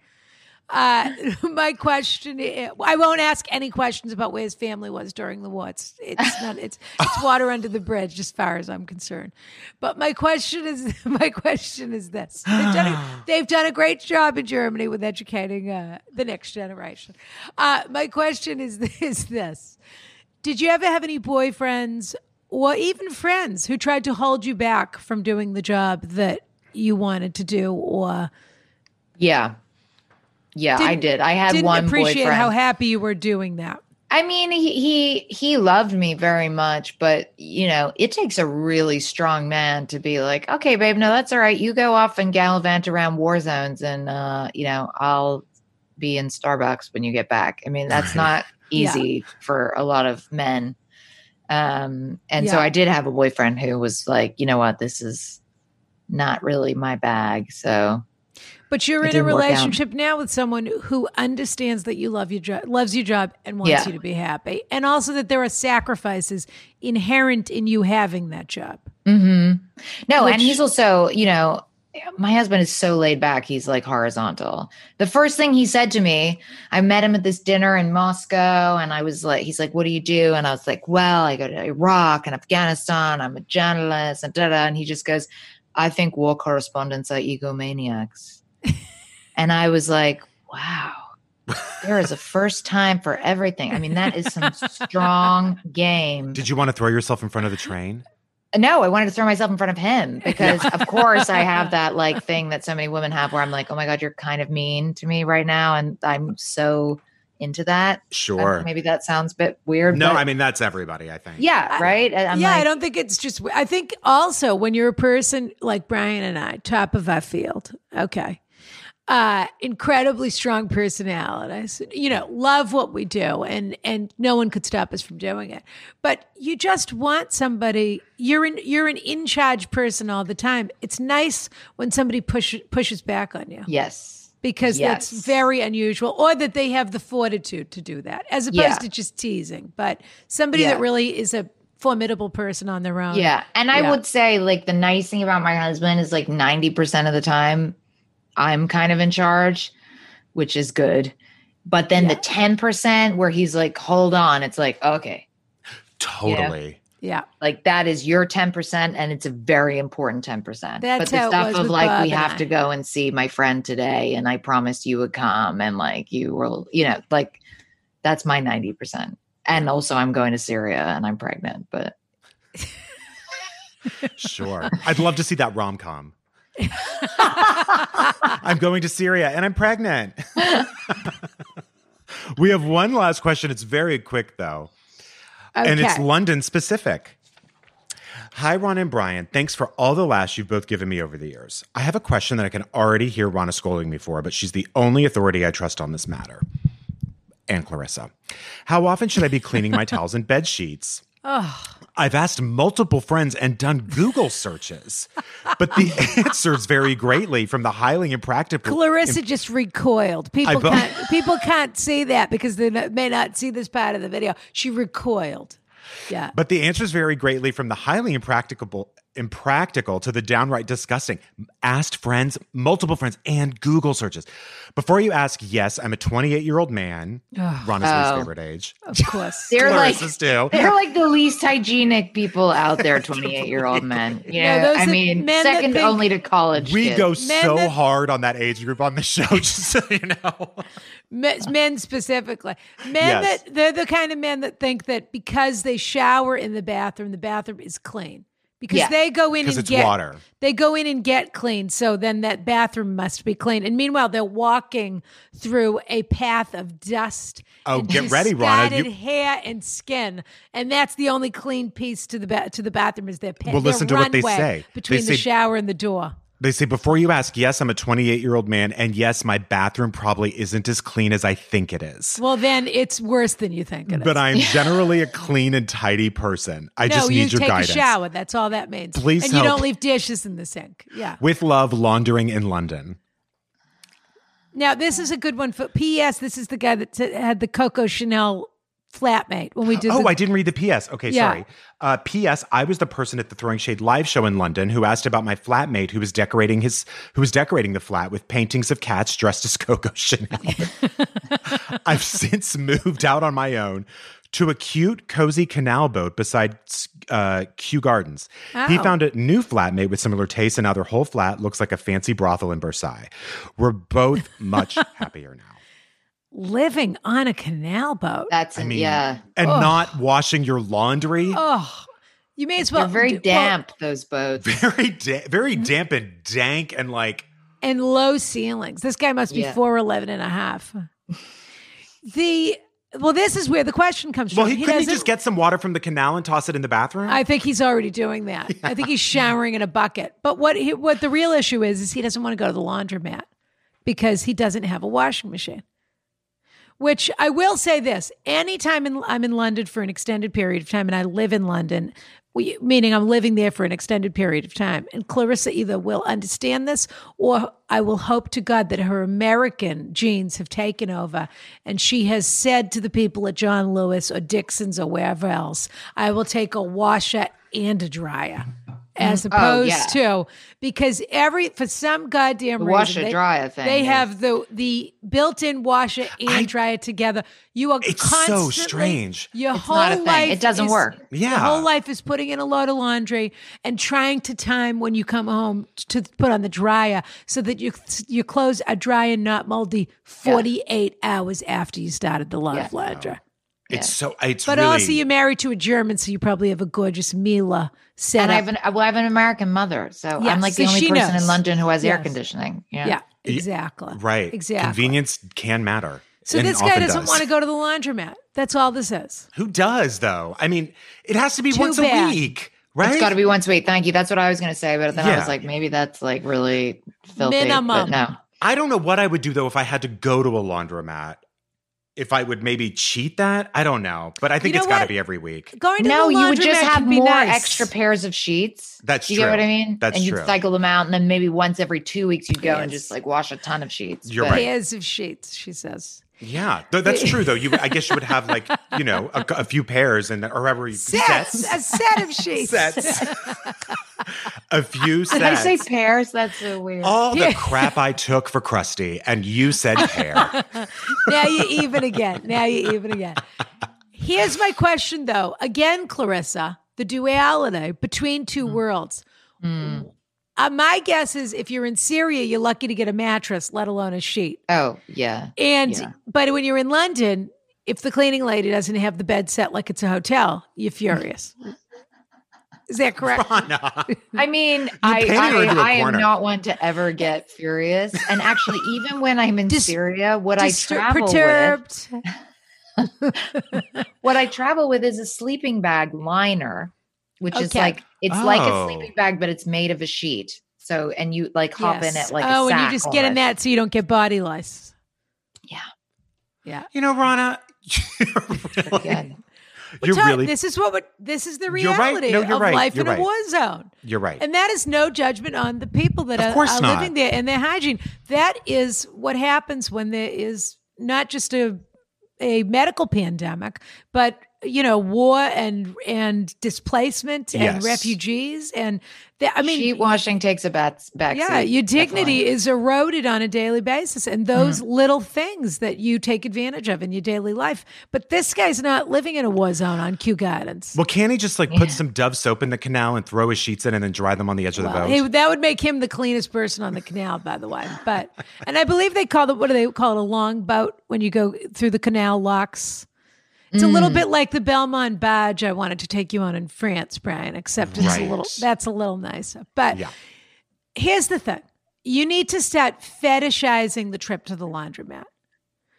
Uh, my question is, I won't ask any questions about where his family was during the war. It's, it's not, it's, it's water under the bridge as far as I'm concerned. But my question is, my question is this. They've done a, they've done a great job in Germany with educating uh, the next generation. Uh, my question is, is this. Did you ever have any boyfriends or even friends who tried to hold you back from doing the job that you wanted to do or
Yeah. Yeah, I
Didn't-
did. I had
Didn't
one
appreciate
boyfriend.
how happy you were doing that.
I mean, he he he loved me very much, but you know, it takes a really strong man to be like, okay, babe, no, that's all right. You go off and gallivant around war zones, and uh, you know, I'll be in Starbucks when you get back. I mean, that's not
Yeah.
easy for a lot of men. Um, and so
Yeah.
I did have a boyfriend who was like, you know what, this is not really my bag. So
But you're
It
in a
didn't work out.
relationship now with someone who understands that you love your job, loves your job, and wants
Yeah.
you to be happy, and also that there are sacrifices inherent in you having that job.
hmm No, and
Which-
he's also, you know, my husband is so laid back. He's like horizontal. The first thing he said to me, I met him at this dinner in Moscow, and I was like, he's like, "What do you do?" And I was like, "Well, I go to Iraq and Afghanistan. I'm a journalist." And da da. And he just goes, "I think war correspondents are egomaniacs," and I was like, "Wow." there is a first time for everything. I mean, that is some strong game.
Did you want to throw yourself in front of the train?
No, I wanted to throw myself in front of him because, of course, I have that like thing that so many women have where I'm like, oh my God, you're kind of mean to me right now. And I'm so into that. I-
Sure.
Maybe that sounds a bit weird.
No,
but
I mean that's everybody. I think.
yeah, right. And I'm
yeah, I
like,
don't think it's just. I think also when you're a person like Brian and I, top of our field, okay, uh, incredibly strong personalities. You know, love what we do, and and no one could stop us from doing it. But you just want somebody. You're in. You're an in charge person all the time. It's nice when somebody pushes pushes back on you
yes.
because
Yes.
that's very unusual, or that they have the fortitude to do that, as opposed
Yeah.
to just teasing. But somebody
Yeah.
that really is a formidable person on their own.
Yeah. And I
Um, Yeah.
would say, like, the nice thing about my husband is like 90% of the time I'm kind of in charge, which is good. But then the 10% where he's like, hold on, it's like, okay,
Totally.
yeah,
like that is your 10% and it's a very important
That's
10% but the
how it
stuff
was
of
with
like
Bob
we
and
have
I.
to go and see my friend today and i promised you would come and like you will you know like that's my 90% and also i'm going to syria and i'm pregnant but
Sure. I'd love to see that rom com. I'm going to Syria and I'm pregnant. we have one last question. It's very quick, though, and it's
Okay.
London specific. Hi, Ron and Brian. Thanks for all the laughs you've both given me over the years. I have a question that I can already hear Ronna scolding me for, but she's the only authority I trust on this matter. And Clarissa. How often should I be cleaning my towels and bed sheets? I've asked multiple friends and done Google searches, but the answers vary greatly from the highly impractical.
Clarissa just recoiled. People
bu-
can't people can't see that because they not- may not see this part of the video. She recoiled. Yeah.
But the answers vary greatly from the highly impracticable impractical to the downright disgusting. Asked friends, multiple friends, and Google searches. Before you ask, yes, I'm a 28 year old man. Ron is least
Oh.
favorite age.
Of course.
they're like
Clarissa's too.
they're like the least hygienic people out there 28 year old men you
No,
know
those
i
are
mean
men that
second
think-
only to college
We
kids.
go
Men
so
that-
hard on that age group on the show, just so you know.
men, men specifically. Men
Yes.
that they're the kind of men that think that because they shower in the bathroom, the bathroom is clean. Because
Yeah.
they go in
Because
and
it's
get
water.
They go in and get clean, so then that bathroom must be clean. And meanwhile, they're walking through a path of dust.
Oh,
and
get ready, Ronna.
discarded
You-
hair and skin, and that's the only clean piece to the ba- to the bathroom is their pa-
Well,
their
listen to what they
runway
say. They
between
say-
the shower and the door.
They say, before you ask, yes, I'm a 28 year old man, and yes, my bathroom probably isn't as clean as I think it is.
Well, then it's worse than you think. It is.
but I'm generally a clean and tidy person. I
no,
just need
you
your
take
guidance.
a shower. That's all that means.
Please
and you
help.
don't leave dishes in the sink. Yeah.
With love, laundering in London.
Now this is a good one for. P.S. This is the guy that t- had the Coco Chanel flatmate when we did.
oh,
the-
I didn't read the PS. Okay,
Yeah.
sorry. Uh, PS. I was the person at the Throwing Shade live show in London who asked about my flatmate who was decorating his who was decorating the flat with paintings of cats dressed as Coco Chanel. I've since moved out on my own to a cute, cozy canal boat beside uh, Kew Gardens. He
Oh.
found a new flatmate with similar tastes, and now their whole flat looks like a fancy brothel in Versailles. We're both much happier now.
living on a canal boat.
that's
I
an,
mean,
yeah
and not washing your laundry.
Oh, you may as well.
they're very
do- well,
damp those boats
Mm-hmm.
very da- very damp and dank and like
and low ceilings. This guy must be
Yeah.
four eleven and a half. The well, this is where the question comes
Well,
from.
he, couldn't he
doesn't-
just get some water from the canal and toss it in the bathroom?
I think he's already doing that. I think he's showering in a bucket. But what he, what the real issue is is he doesn't want to go to the laundromat because he doesn't have a washing machine. Which I will say this: anytime in, I'm in London for an extended period of time, and I live in London, we, meaning I'm living there for an extended period of time, and Clarissa either will understand this, or I will hope to God that her American genes have taken over, and she has said to the people at John Lewis or Dixon's or wherever else, "I will take a washer and a dryer." As
Oh,
opposed
yeah.
to because every for some goddamn
The
reason,
washer
they-
dryer thing.
they
is-
have the the built-in washer and
I-
dryer together. You are
It's so
constantly,
strange.
Your
It's
whole
not a thing.
life
It doesn't
is-
work.
Your
Yeah.
whole life is putting in a load of laundry and trying to time when you come home to put on the dryer so that your your clothes are dry and not moldy 48 hours after you started the load
Yeah.
of laundry.
it's so it's
But
really
also you're married to a German so you probably have a gorgeous Mila set
And I
up.
have an uh, well, I have an American mother, so
Yes,
I'm like
so
the only
she
person
knows.
in London who has
Yes.
air conditioning. Yeah.
yeah, exactly.
right.
Exactly.
Convenience can matter.
So
and
this guy
often
doesn't
does.
want to go to the laundromat. That's all this is.
Who does though? I mean, it has to be
Too
once
bad.
a week, right?
It's got to be once a week. Thank you. That's what I was going to say, but then I
Yeah.
was like, maybe that's like really filthy. but
Minimum.
no,
I don't know what I would do though if I had to go to a laundromat. If I would maybe cheat that, I don't know, but I think
know
it's got
what?
to be every week.
Going to
no,
the laundromat
you would just have
can be
more
nice.
extra pairs of sheets.
That's
you
true.
get what I mean?
That's
and you
true.
would cycle them out, and then maybe once every two weeks you'd go and
Yes.
just like wash a ton of sheets.
You're
But-
right.
pairs of sheets, she says.
Yeah, though that's true though. You, I guess you would have like you know a, a few pairs and or however you
Sets, a set of sheets.
sets, a few sets.
Did I say pairs? That's so weird.
all the crap I took for Krusty, and you said hair.
Now you even again. Now you even again. Here's my question though. Again, Clarissa, the duality between two
Mm-hmm.
worlds.
Mm.
Uh, my guess is if you're in Syria, you're lucky to get a mattress, let alone a sheet.
Oh yeah.
And
Yeah.
but when you're in London, if the cleaning lady doesn't have the bed set like it's a hotel, you're furious. Is that correct?
Rana.
I mean, I,
painted her into a
I, I am
corner.
not one to ever get furious. And actually, even when I'm in
Dis-
Syria, what I
Distur-
travel with,
perturbed.
what I travel with is a sleeping bag liner, which is
Okay.
like it's like a
Oh.
sleeping bag, but it's made of a sheet. So and you like hop in
Yes.
it like
oh,
a sack
and you just get in
almost.
that so you don't get body lice.
Yeah.
yeah.
You know, Rana, you're
Pretty
really,
good.
you're
Ty-
really,
This is what would- this is the
You're right.
reality
No, you're
of
right.
life
You're
in a
right.
war zone,
you're right.
and that is no judgment on the people that
Of
are,
course
are
not.
living there and their hygiene. That is what happens when there is not just a a medical pandemic, but you know, war and and displacement and
Yes.
refugees and the, I mean,
sheet washing takes a back, back
yeah,
seat,
your dignity
definitely.
is eroded on a daily basis, and those little things that you take advantage of in your daily life. But this guy's not living in a war zone on Kew Gardens.
Well, can he just like put some Dove soap in the canal and throw his sheets in and then dry them on the edge of the
Well,
boat?
he- that would make him the cleanest person on the canal, by the way. But and I believe they call it what do they call it a long boat when you go through the canal locks. It's a little bit like the Belmont badge I wanted to take you on in France, Brian. Except it's a
Right.
little that's a little nicer. But
Yeah.
here's the thing: you need to start fetishizing the trip to the laundromat.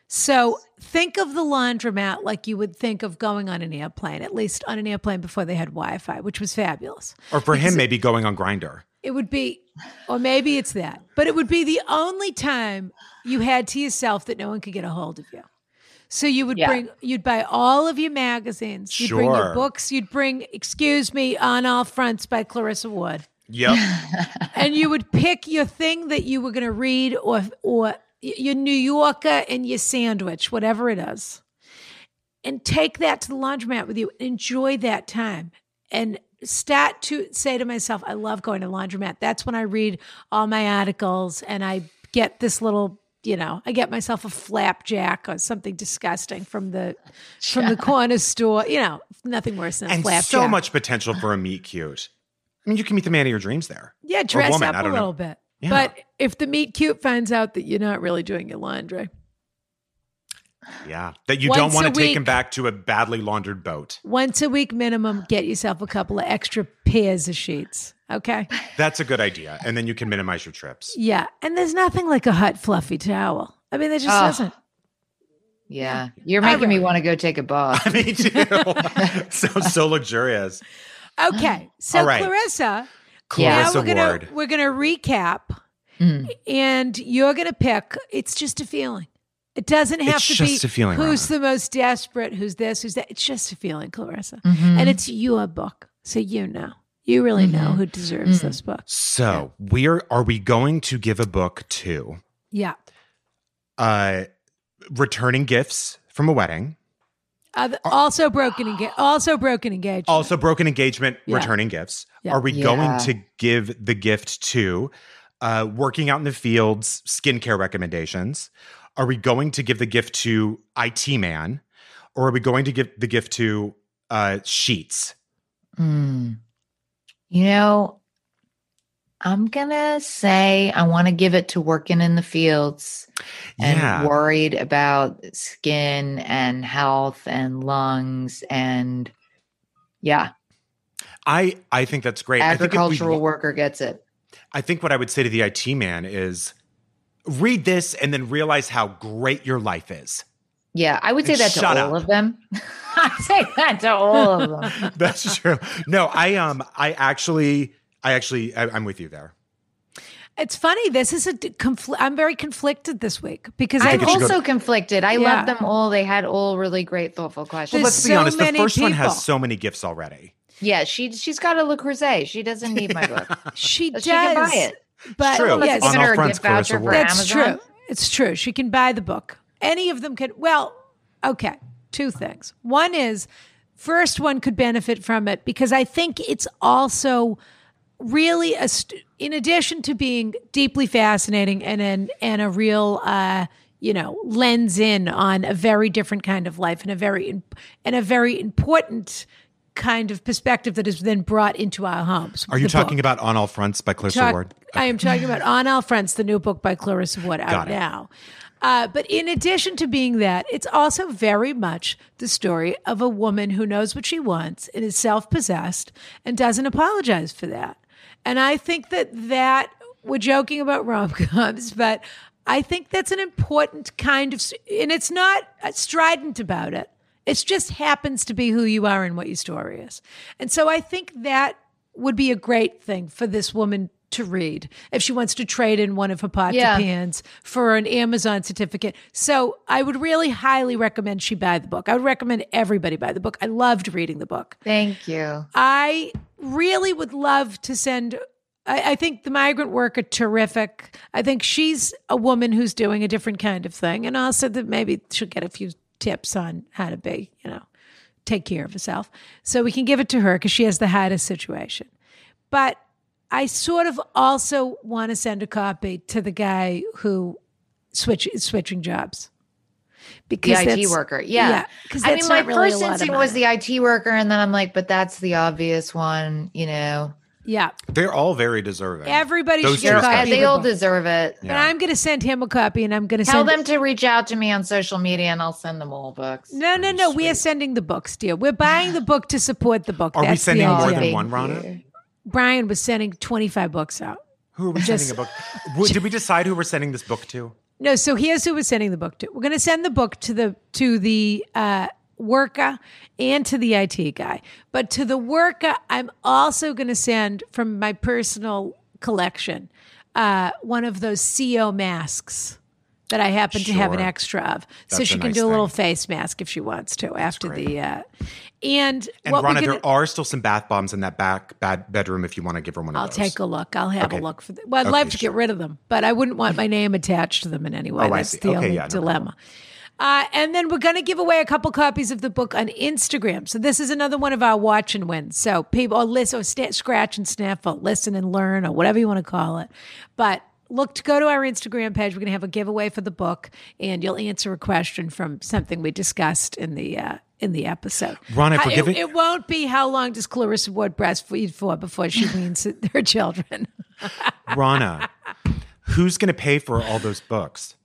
So think of the laundromat like you would think of going on an airplane, at least on an airplane before they had Wi-Fi, which was fabulous.
or for him, maybe going on grinder.
It would be, or maybe it's that, but it would be the only time you had to yourself that no one could get a hold of you. So you would
Yeah.
bring, you'd buy all of your magazines, you'd bring your
Sure.
books, you'd bring, excuse me, On All Fronts by Clarissa Wood,
Yep.
and you would pick your thing that you were going to read or, or your New Yorker and your sandwich, whatever it is, and take that to the laundromat with you. Enjoy that time and start to say to myself, I love going to laundromat. That's when I read all my articles and I get this little, you know, I get myself a flapjack or something disgusting from the from the corner store. You know, nothing worse than a
and
flapjack.
so much potential for a meet cute. I mean, you can meet the man of your dreams there.
Yeah, dress
woman, I
up a
don't know.
little bit.
Yeah.
But if the meat cute finds out that you're not really doing your laundry,
Yeah. That you
Once
don't
a
want to take
week.
him back to a badly laundered boat.
Once a week minimum, get yourself a couple of extra pairs of sheets. Okay.
That's a good idea. And then you can minimize your trips.
Yeah. And there's nothing like a hot, fluffy towel. I mean, there just
Oh.
doesn't.
Yeah. You're making me want to go take a bath.
Me too. Sounds so luxurious.
Okay. So,
All right.
Clarissa,
Yeah.
Clarissa
now we're
Ward.
Gonna, we're going to recap
Mm.
and you're going to pick. It's just a feeling. It doesn't have
It's
to
just
be
a feeling,
who's
Rana.
the most desperate, who's this, who's that. It's just a feeling, Clarissa.
Mhm.
Mm.
And it's your book. So, you know, you really
Mm-hmm.
know
Mhm.
who deserves
Mm.
this book.
So we're are we going to give a book to
Yeah.
uh returning gifts from a wedding?
Other, also broken engage. Also broken engagement.
Also broken engagement,
Yeah.
returning gifts.
Yeah.
Are we
Yeah.
going to give the gift to uh working out in the fields, skincare recommendations? Are we going to give the gift to IT man? Or are we going to give the gift to uh sheets?
Mm. You know, I'm gonna say I want to give it to working in the fields and
Yeah.
worried about skin and health and lungs and yeah,
I I think that's great. I think if we-
agricultural worker gets it.
I think what I would say to the IT man is read this and then realize how great your life is.
Yeah, I would say
And
that to all
shut up.
of them. I say that to all of them.
That's true. No, I um I actually I actually I, I'm with you there.
It's funny. This is a d- confl- I'm very conflicted this week because
think
I'm
it should go
also conflicted. I
Yeah.
love them all. They had all really great, thoughtful questions.
There's
Let's be
so
honest, the
many
first one
people.
has so many gifts already.
yeah, she she's got a Le Creuset. She doesn't need my book.
she does.
But she can buy it.
But
True.
Someone
yes,
that's
On
given
all
her a
fronts,
gift
Clarissa
voucher for
Ward.
that's
Amazon.
true. It's true. She can buy the book. Any of them could. Well, okay. Two things. One is, first one could benefit from it because I think it's also really a st- in addition to being deeply fascinating and an, and a real uh you know lens in on a very different kind of life and a very im- and a very important kind of perspective that is then brought into our homes
Are you
the
talking
book.
about On All Fronts by Clarissa
Talk-
Ward?
I am talking about On All Fronts, the new book by Clarissa Wood out
Got it.
now. Uh, but in addition to being that, it's also very much the story of a woman who knows what she wants and is self possessed and doesn't apologize for that. And I think that that we're joking about rom coms, but I think that's an important kind of, s- and it's not uh, strident about it. It just happens to be who you are and what your story is. And so I think that would be a great thing for this woman to read if she wants to trade in one of her pots
Yeah.
and pans for an Amazon certificate. So I would really highly recommend she buy the book. I would recommend everybody buy the book. I loved reading the book.
Thank you.
I really would love to send. I, I think the migrant worker terrific. I think she's a woman who's doing a different kind of thing, and also that maybe she'll get a few tips on how to be, you know, take care of herself. So we can give it to her because she has the hardest situation. But I sort of also want to send a copy to the guy who switch is switching jobs
The
because
IT
that's-
worker. Yeah.
because
I
that's
mean,
not
my
really a
first
lot of
instinct was
money.
the IT worker, and then I'm like, but that's the obvious one, you know.
yeah.
They're all very deserving.
Everybody
Those
should
two
get a
Sure.
They're-
copy.
and
of
they
the
all
book.
deserve it.
But I'm going to send him a copy and I'm going to
Tell
send
them to reach out to me on social media, and I'll send them all books.
No, no, no. We are sending the books, dear. We're buying the book to support the book.
Are we
That's
sending
the
more
idea.
than
Thank
one, Rana?
you.
Brian was sending 25 books out.
who are we
Just-
sending a book? Wh- Did we decide who we're sending this book to?
No, so here's who we're sending the book to. We're going to send the book to the to the uh, worker and to the IT guy, but to the worker, I'm also going to send from my personal collection uh, one of those CO masks that I happen to have an
Sure.
extra of, so
That's
she
a
can
nice
do a little
thing.
face mask if she wants to after the. Uh, and
And
what we're
Rana,
gonna-
there are still some bath bombs in that back bad bedroom if you want to give her one of
I'll
those.
take a look. I'll have a
Okay.
look for them. Well, I'd
Okay,
love to
sure.
get rid of them, but I wouldn't want my name attached to them in any way.
Oh, I
That's
see.
the
Okay,
only
yeah, no
dilemma. Uh, and then we're going to give away a couple copies of the book on Instagram. So this is another one of our watch and wins. So people, or listen, or sta scratch and sniffle, listen and learn, or whatever you want to call it. But look to go to our Instagram page. We're going to have a giveaway for the book, and you'll answer a question from something we discussed in the uh, in the episode.
Ron, if
How-
we're giving-
it, it won't be how long does Clarissa Ward breastfeed for before she weans her children.
Rana, who's going to pay for all those books?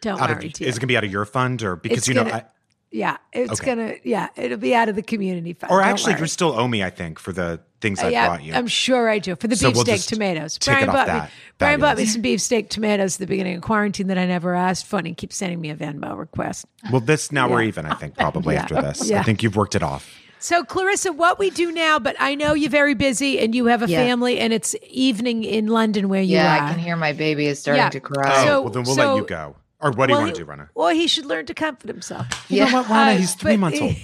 Don't
out
worry,
of
dear.
is it gonna be out of your fund or because
It's
you know
gonna-
I,
yeah, it's
Okay.
gonna. Yeah, it'll be out of the community fund.
or
Don't
actually you
worry. Uh,
still owe me I think for the things I
yeah,
bought you.
I'm sure I do for the
So we'll
beefsteak
just
tomatoes.
tick it off
bought me.
that.
Brian bought me
Fabulous.
some beefsteak tomatoes at the beginning of quarantine that I never asked for, and he keeps sending me a Venmo request.
well, this now we're even. I think probably after this.
Yeah.
I think you've worked it off.
So, Clarissa, what we do now, but I know you're very busy and you have a
Yeah.
family, and it's evening in London where you
yeah,
are.
I can hear my baby is starting
Yeah.
to
Oh,
cry.
So-
well, then we'll
so-
let you go. Or what do you
Well,
want
he-
to do, Rana?
Or he should learn to comfort himself.
You know what, Rana?
Uh,
He's three
but-
months old.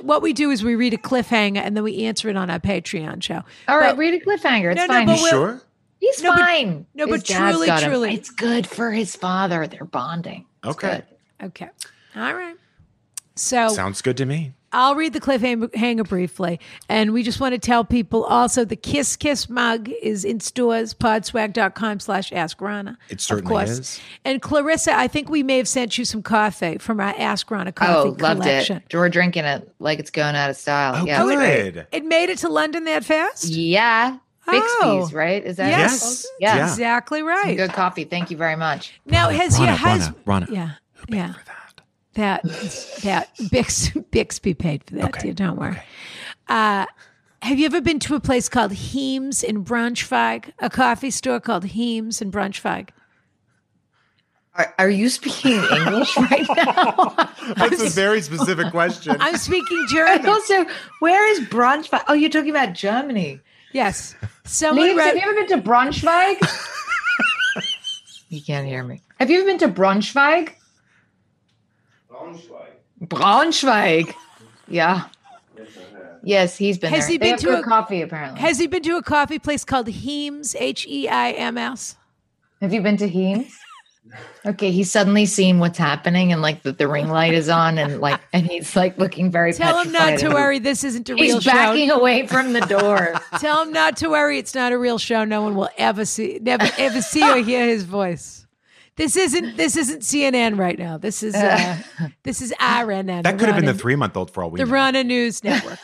What we do is we read a cliffhanger and then we answer it on our Patreon show.
All right,
but-
read a cliffhanger. It's
No, no,
fine.
but
He's-
we'll-
Sure.
He's
No, but-
fine.
no,
His
but
dad's
truly,
got him.
truly-
it's good for his father. They're bonding. It's
Okay.
good.
Okay. All right. So
Sounds good to me.
I'll read the cliffhanger briefly. And we just want to tell people also the Kiss Kiss mug is in stores, podswag.com slash Ask Rana.
It certainly
of course.
is.
And Clarissa, I think we may have sent you some coffee from our Ask Rana coffee
Oh, loved
collection.
it. We're drinking it like it's going out of style.
Oh,
yeah.
it-
good.
It made it to London that fast?
Yeah.
Oh.
Bixby's, right? Is that
Yes.
what it's called?
Yes.
Yeah.
Yeah.
Exactly right.
Good coffee. Thank you very much.
Now, has
Rana,
your husband?
Rana, Rana.
Yeah, yeah. That that Bix Bixby paid for that.
Okay,
Dear, don't worry. Uh, have you ever been to a place called Heems in Braunschweig? A coffee store called Heems in Braunschweig.
Are, are you speaking English right now?
That's a very specific question.
I'm speaking
And
German.
also, where is Braunschweig? Oh, you're talking about Germany.
Yes. Someone
Leaves, have you
wrote.
ever been to Braunschweig? you can't hear me. Have you ever been to Braunschweig? Braunschweig. Braunschweig. Yeah. Yes, he's been
Has
there.
he
They
been
have
to
good
a-
coffee apparently?
Has he been to a coffee place called Heems? H E I M S.
Have you been to Heems? Okay, he's suddenly seeing what's happening and like that the ring light is on and like and he's like looking very
Tell him not
petrified.
to worry. This isn't a
He's
real show.
backing away from the door.
Tell him not to worry. It's not a real show. No one will ever see, never ever see or hear his voice. This isn't this isn't CNN right now. This is uh, this is RNN.
that could have been the
Rana-
three month old for all we
the
know.
Rana News Network.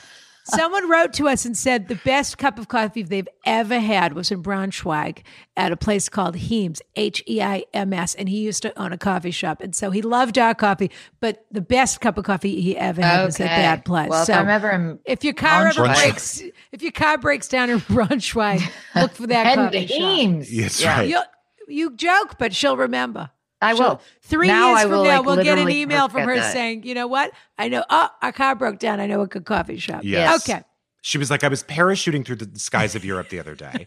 Someone wrote to us and said the best cup of coffee they've ever had was in Braunschweig at a place called Heems, H E I M S, and he used to own a coffee shop, and so he loved our coffee. But the best cup of coffee he ever had was at
Okay.
that place.
Well,
so
if I'm ever in
if your car ever
Braunschweig.
breaks, if your car breaks down in Braunschweig, look for that
and
coffee shop.
Heems.
Yes,
Yeah.
right.
You you joke, but she'll remember.
I
She'll-
will.
Three
Now
years
I
from
will,
now,
like,
we'll get an
literally
email from her
forget that.
saying, "You know what? I know. Oh, our car broke down. I know a good coffee shop."
Yes.
Okay.
She was like, I was parachuting through the skies of Europe the other day,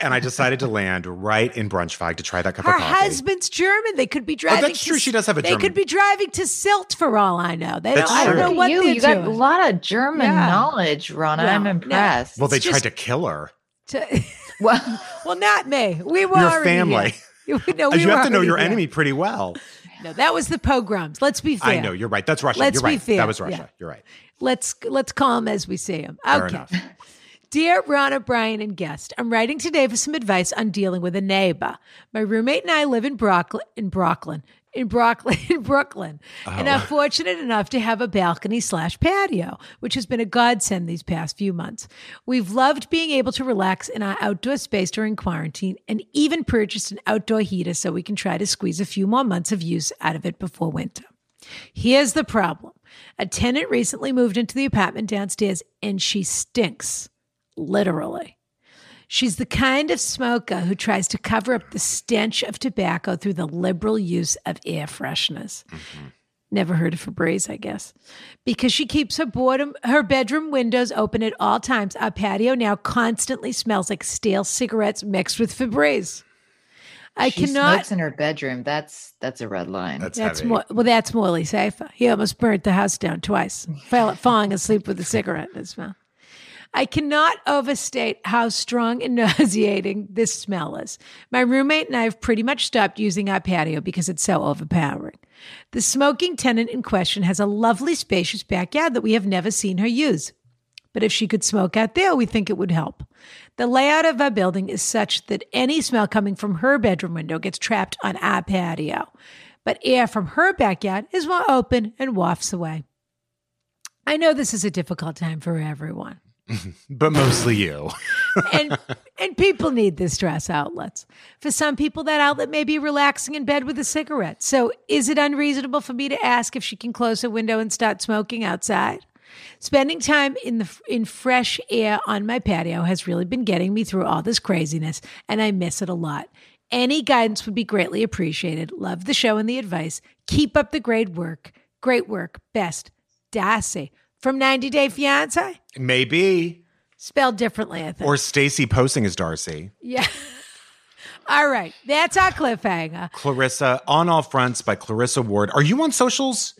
and I decided to land right in Braunschweig to try that cup
Her
of coffee. Oh,
husband's German. They could be driving.
that's
to-
true. She does have a
They
German-
could be driving to Silt for all I know. They
That's
don't. I don't
true.
know
Look at
what
you,
they're
you got a
doing.
lot of German
Yeah.
knowledge, Ron.
No,
I'm
no.
impressed.
well, they
It's
tried
just-
to kill her.
To-
Well,
well, not me. We were
Your
already
family.
Here. No, we
you
were
have to know
already here.
your enemy pretty well.
No, that was the pogroms. Let's be fair.
I know. You're right. That's Russia.
Let's
you're
be
right.
fair.
That was Russia.
Yeah.
You're right.
Let's let's call him as we see him.
Fair
okay.
enough.
Dear Ron O'Brien and guest, I'm writing today for some advice on dealing with a neighbor. My roommate and I live in Brooklyn, in Brooklyn, in Brooklyn, in Brooklyn,
Oh,
and are fortunate enough to have a balcony slash patio, which has been a godsend these past few months. We've loved being able to relax in our outdoor space during quarantine, and even purchased an outdoor heater so we can try to squeeze a few more months of use out of it before winter. Here's the problem. A tenant recently moved into the apartment downstairs and she stinks, literally. She's the kind of smoker who tries to cover up the stench of tobacco through the liberal use of air fresheners. Never heard of Febreze, I guess. Because she keeps her boredom, her bedroom windows open at all times, our patio now constantly smells like stale cigarettes mixed with Febreze. I
she
cannot
smokes in her bedroom. That's that's a red line.
That's,
that's
heavy.
more. Well, that's Morley Safer. He almost burnt the house down twice, fell, falling asleep with a cigarette in his mouth. I cannot overstate how strong and nauseating this smell is. My roommate and I have pretty much stopped using our patio because it's so overpowering. The smoking tenant in question has a lovely, spacious backyard that we have never seen her use but if she could smoke out there, we think it would help. The layout of our building is such that any smell coming from her bedroom window gets trapped on our patio, but air from her backyard is more open and wafts away. I know this is a difficult time for everyone.
but mostly you.
and and people need the stress outlets. For some people, that outlet may be relaxing in bed with a cigarette. So, is it unreasonable for me to ask if she can close her window and start smoking outside? Spending time in the in fresh air on my patio has really been getting me through all this craziness, and I miss it a lot. Any guidance would be greatly appreciated. Love the show and the advice. Keep up the great work. Great work. Best. Darcy from 90 Day Fiance,
Maybe.
spelled differently, I think.
Or Stacy posing as Darcy.
Yeah. All right. That's our cliffhanger.
Clarissa on all fronts by Clarissa Ward. Are you on socials?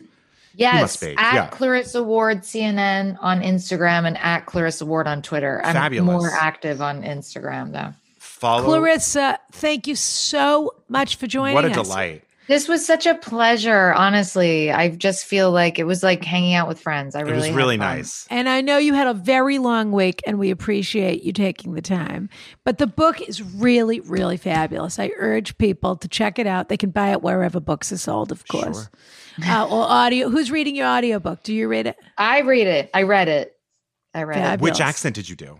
Yes,
must be,
at
yeah.
Clarissa Ward CNN on Instagram and at Clarissa Ward on Twitter. I'm
Fabulous.
more active on Instagram though.
Follow.
Clarissa, thank you so much for joining us.
what a delight.
This was such a pleasure. Honestly, I just feel like it was like hanging out with friends. I
it
really
was
had
really
fun.
nice.
And I know you had a very long week, and we appreciate you taking the time. But the book is really, really fabulous. I urge people to check it out. They can buy it wherever books are sold, of course. Uh, or audio. Who's reading your audiobook? Do you read it?
I read it. I read it. I read
Fab-
it.
Which
Fabulous.
accent did you do?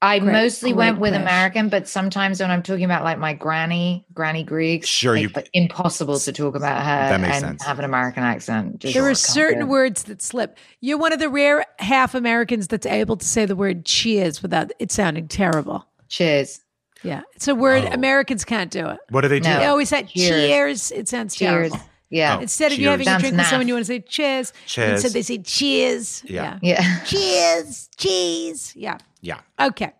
I
Great-
mostly went
great
with
British.
American, but sometimes when I'm talking about like my granny, granny Greek,
Sure,
like,
you-
but impossible to talk about her
That makes
and
sense.
have an American accent. Just
There are
can't do
certain
it.
words that slip. You're one of the rare half Americans that's able to say the word cheers without it sounding terrible.
Cheers.
Yeah, it's a word
Oh.
Americans can't do it.
What do they do?
No.
They
Yeah.
always say cheers.
Cheers.
It sounds
Cheers.
terrible.
Yeah.
Oh.
Instead of you
Cheers.
having a
Sounds
drink with someone,
naff.
you want to say cheers.
Cheers.
Instead, they say cheers.
Yeah.
Yeah.
Cheers. Cheese. Yeah.
Yeah.
Okay.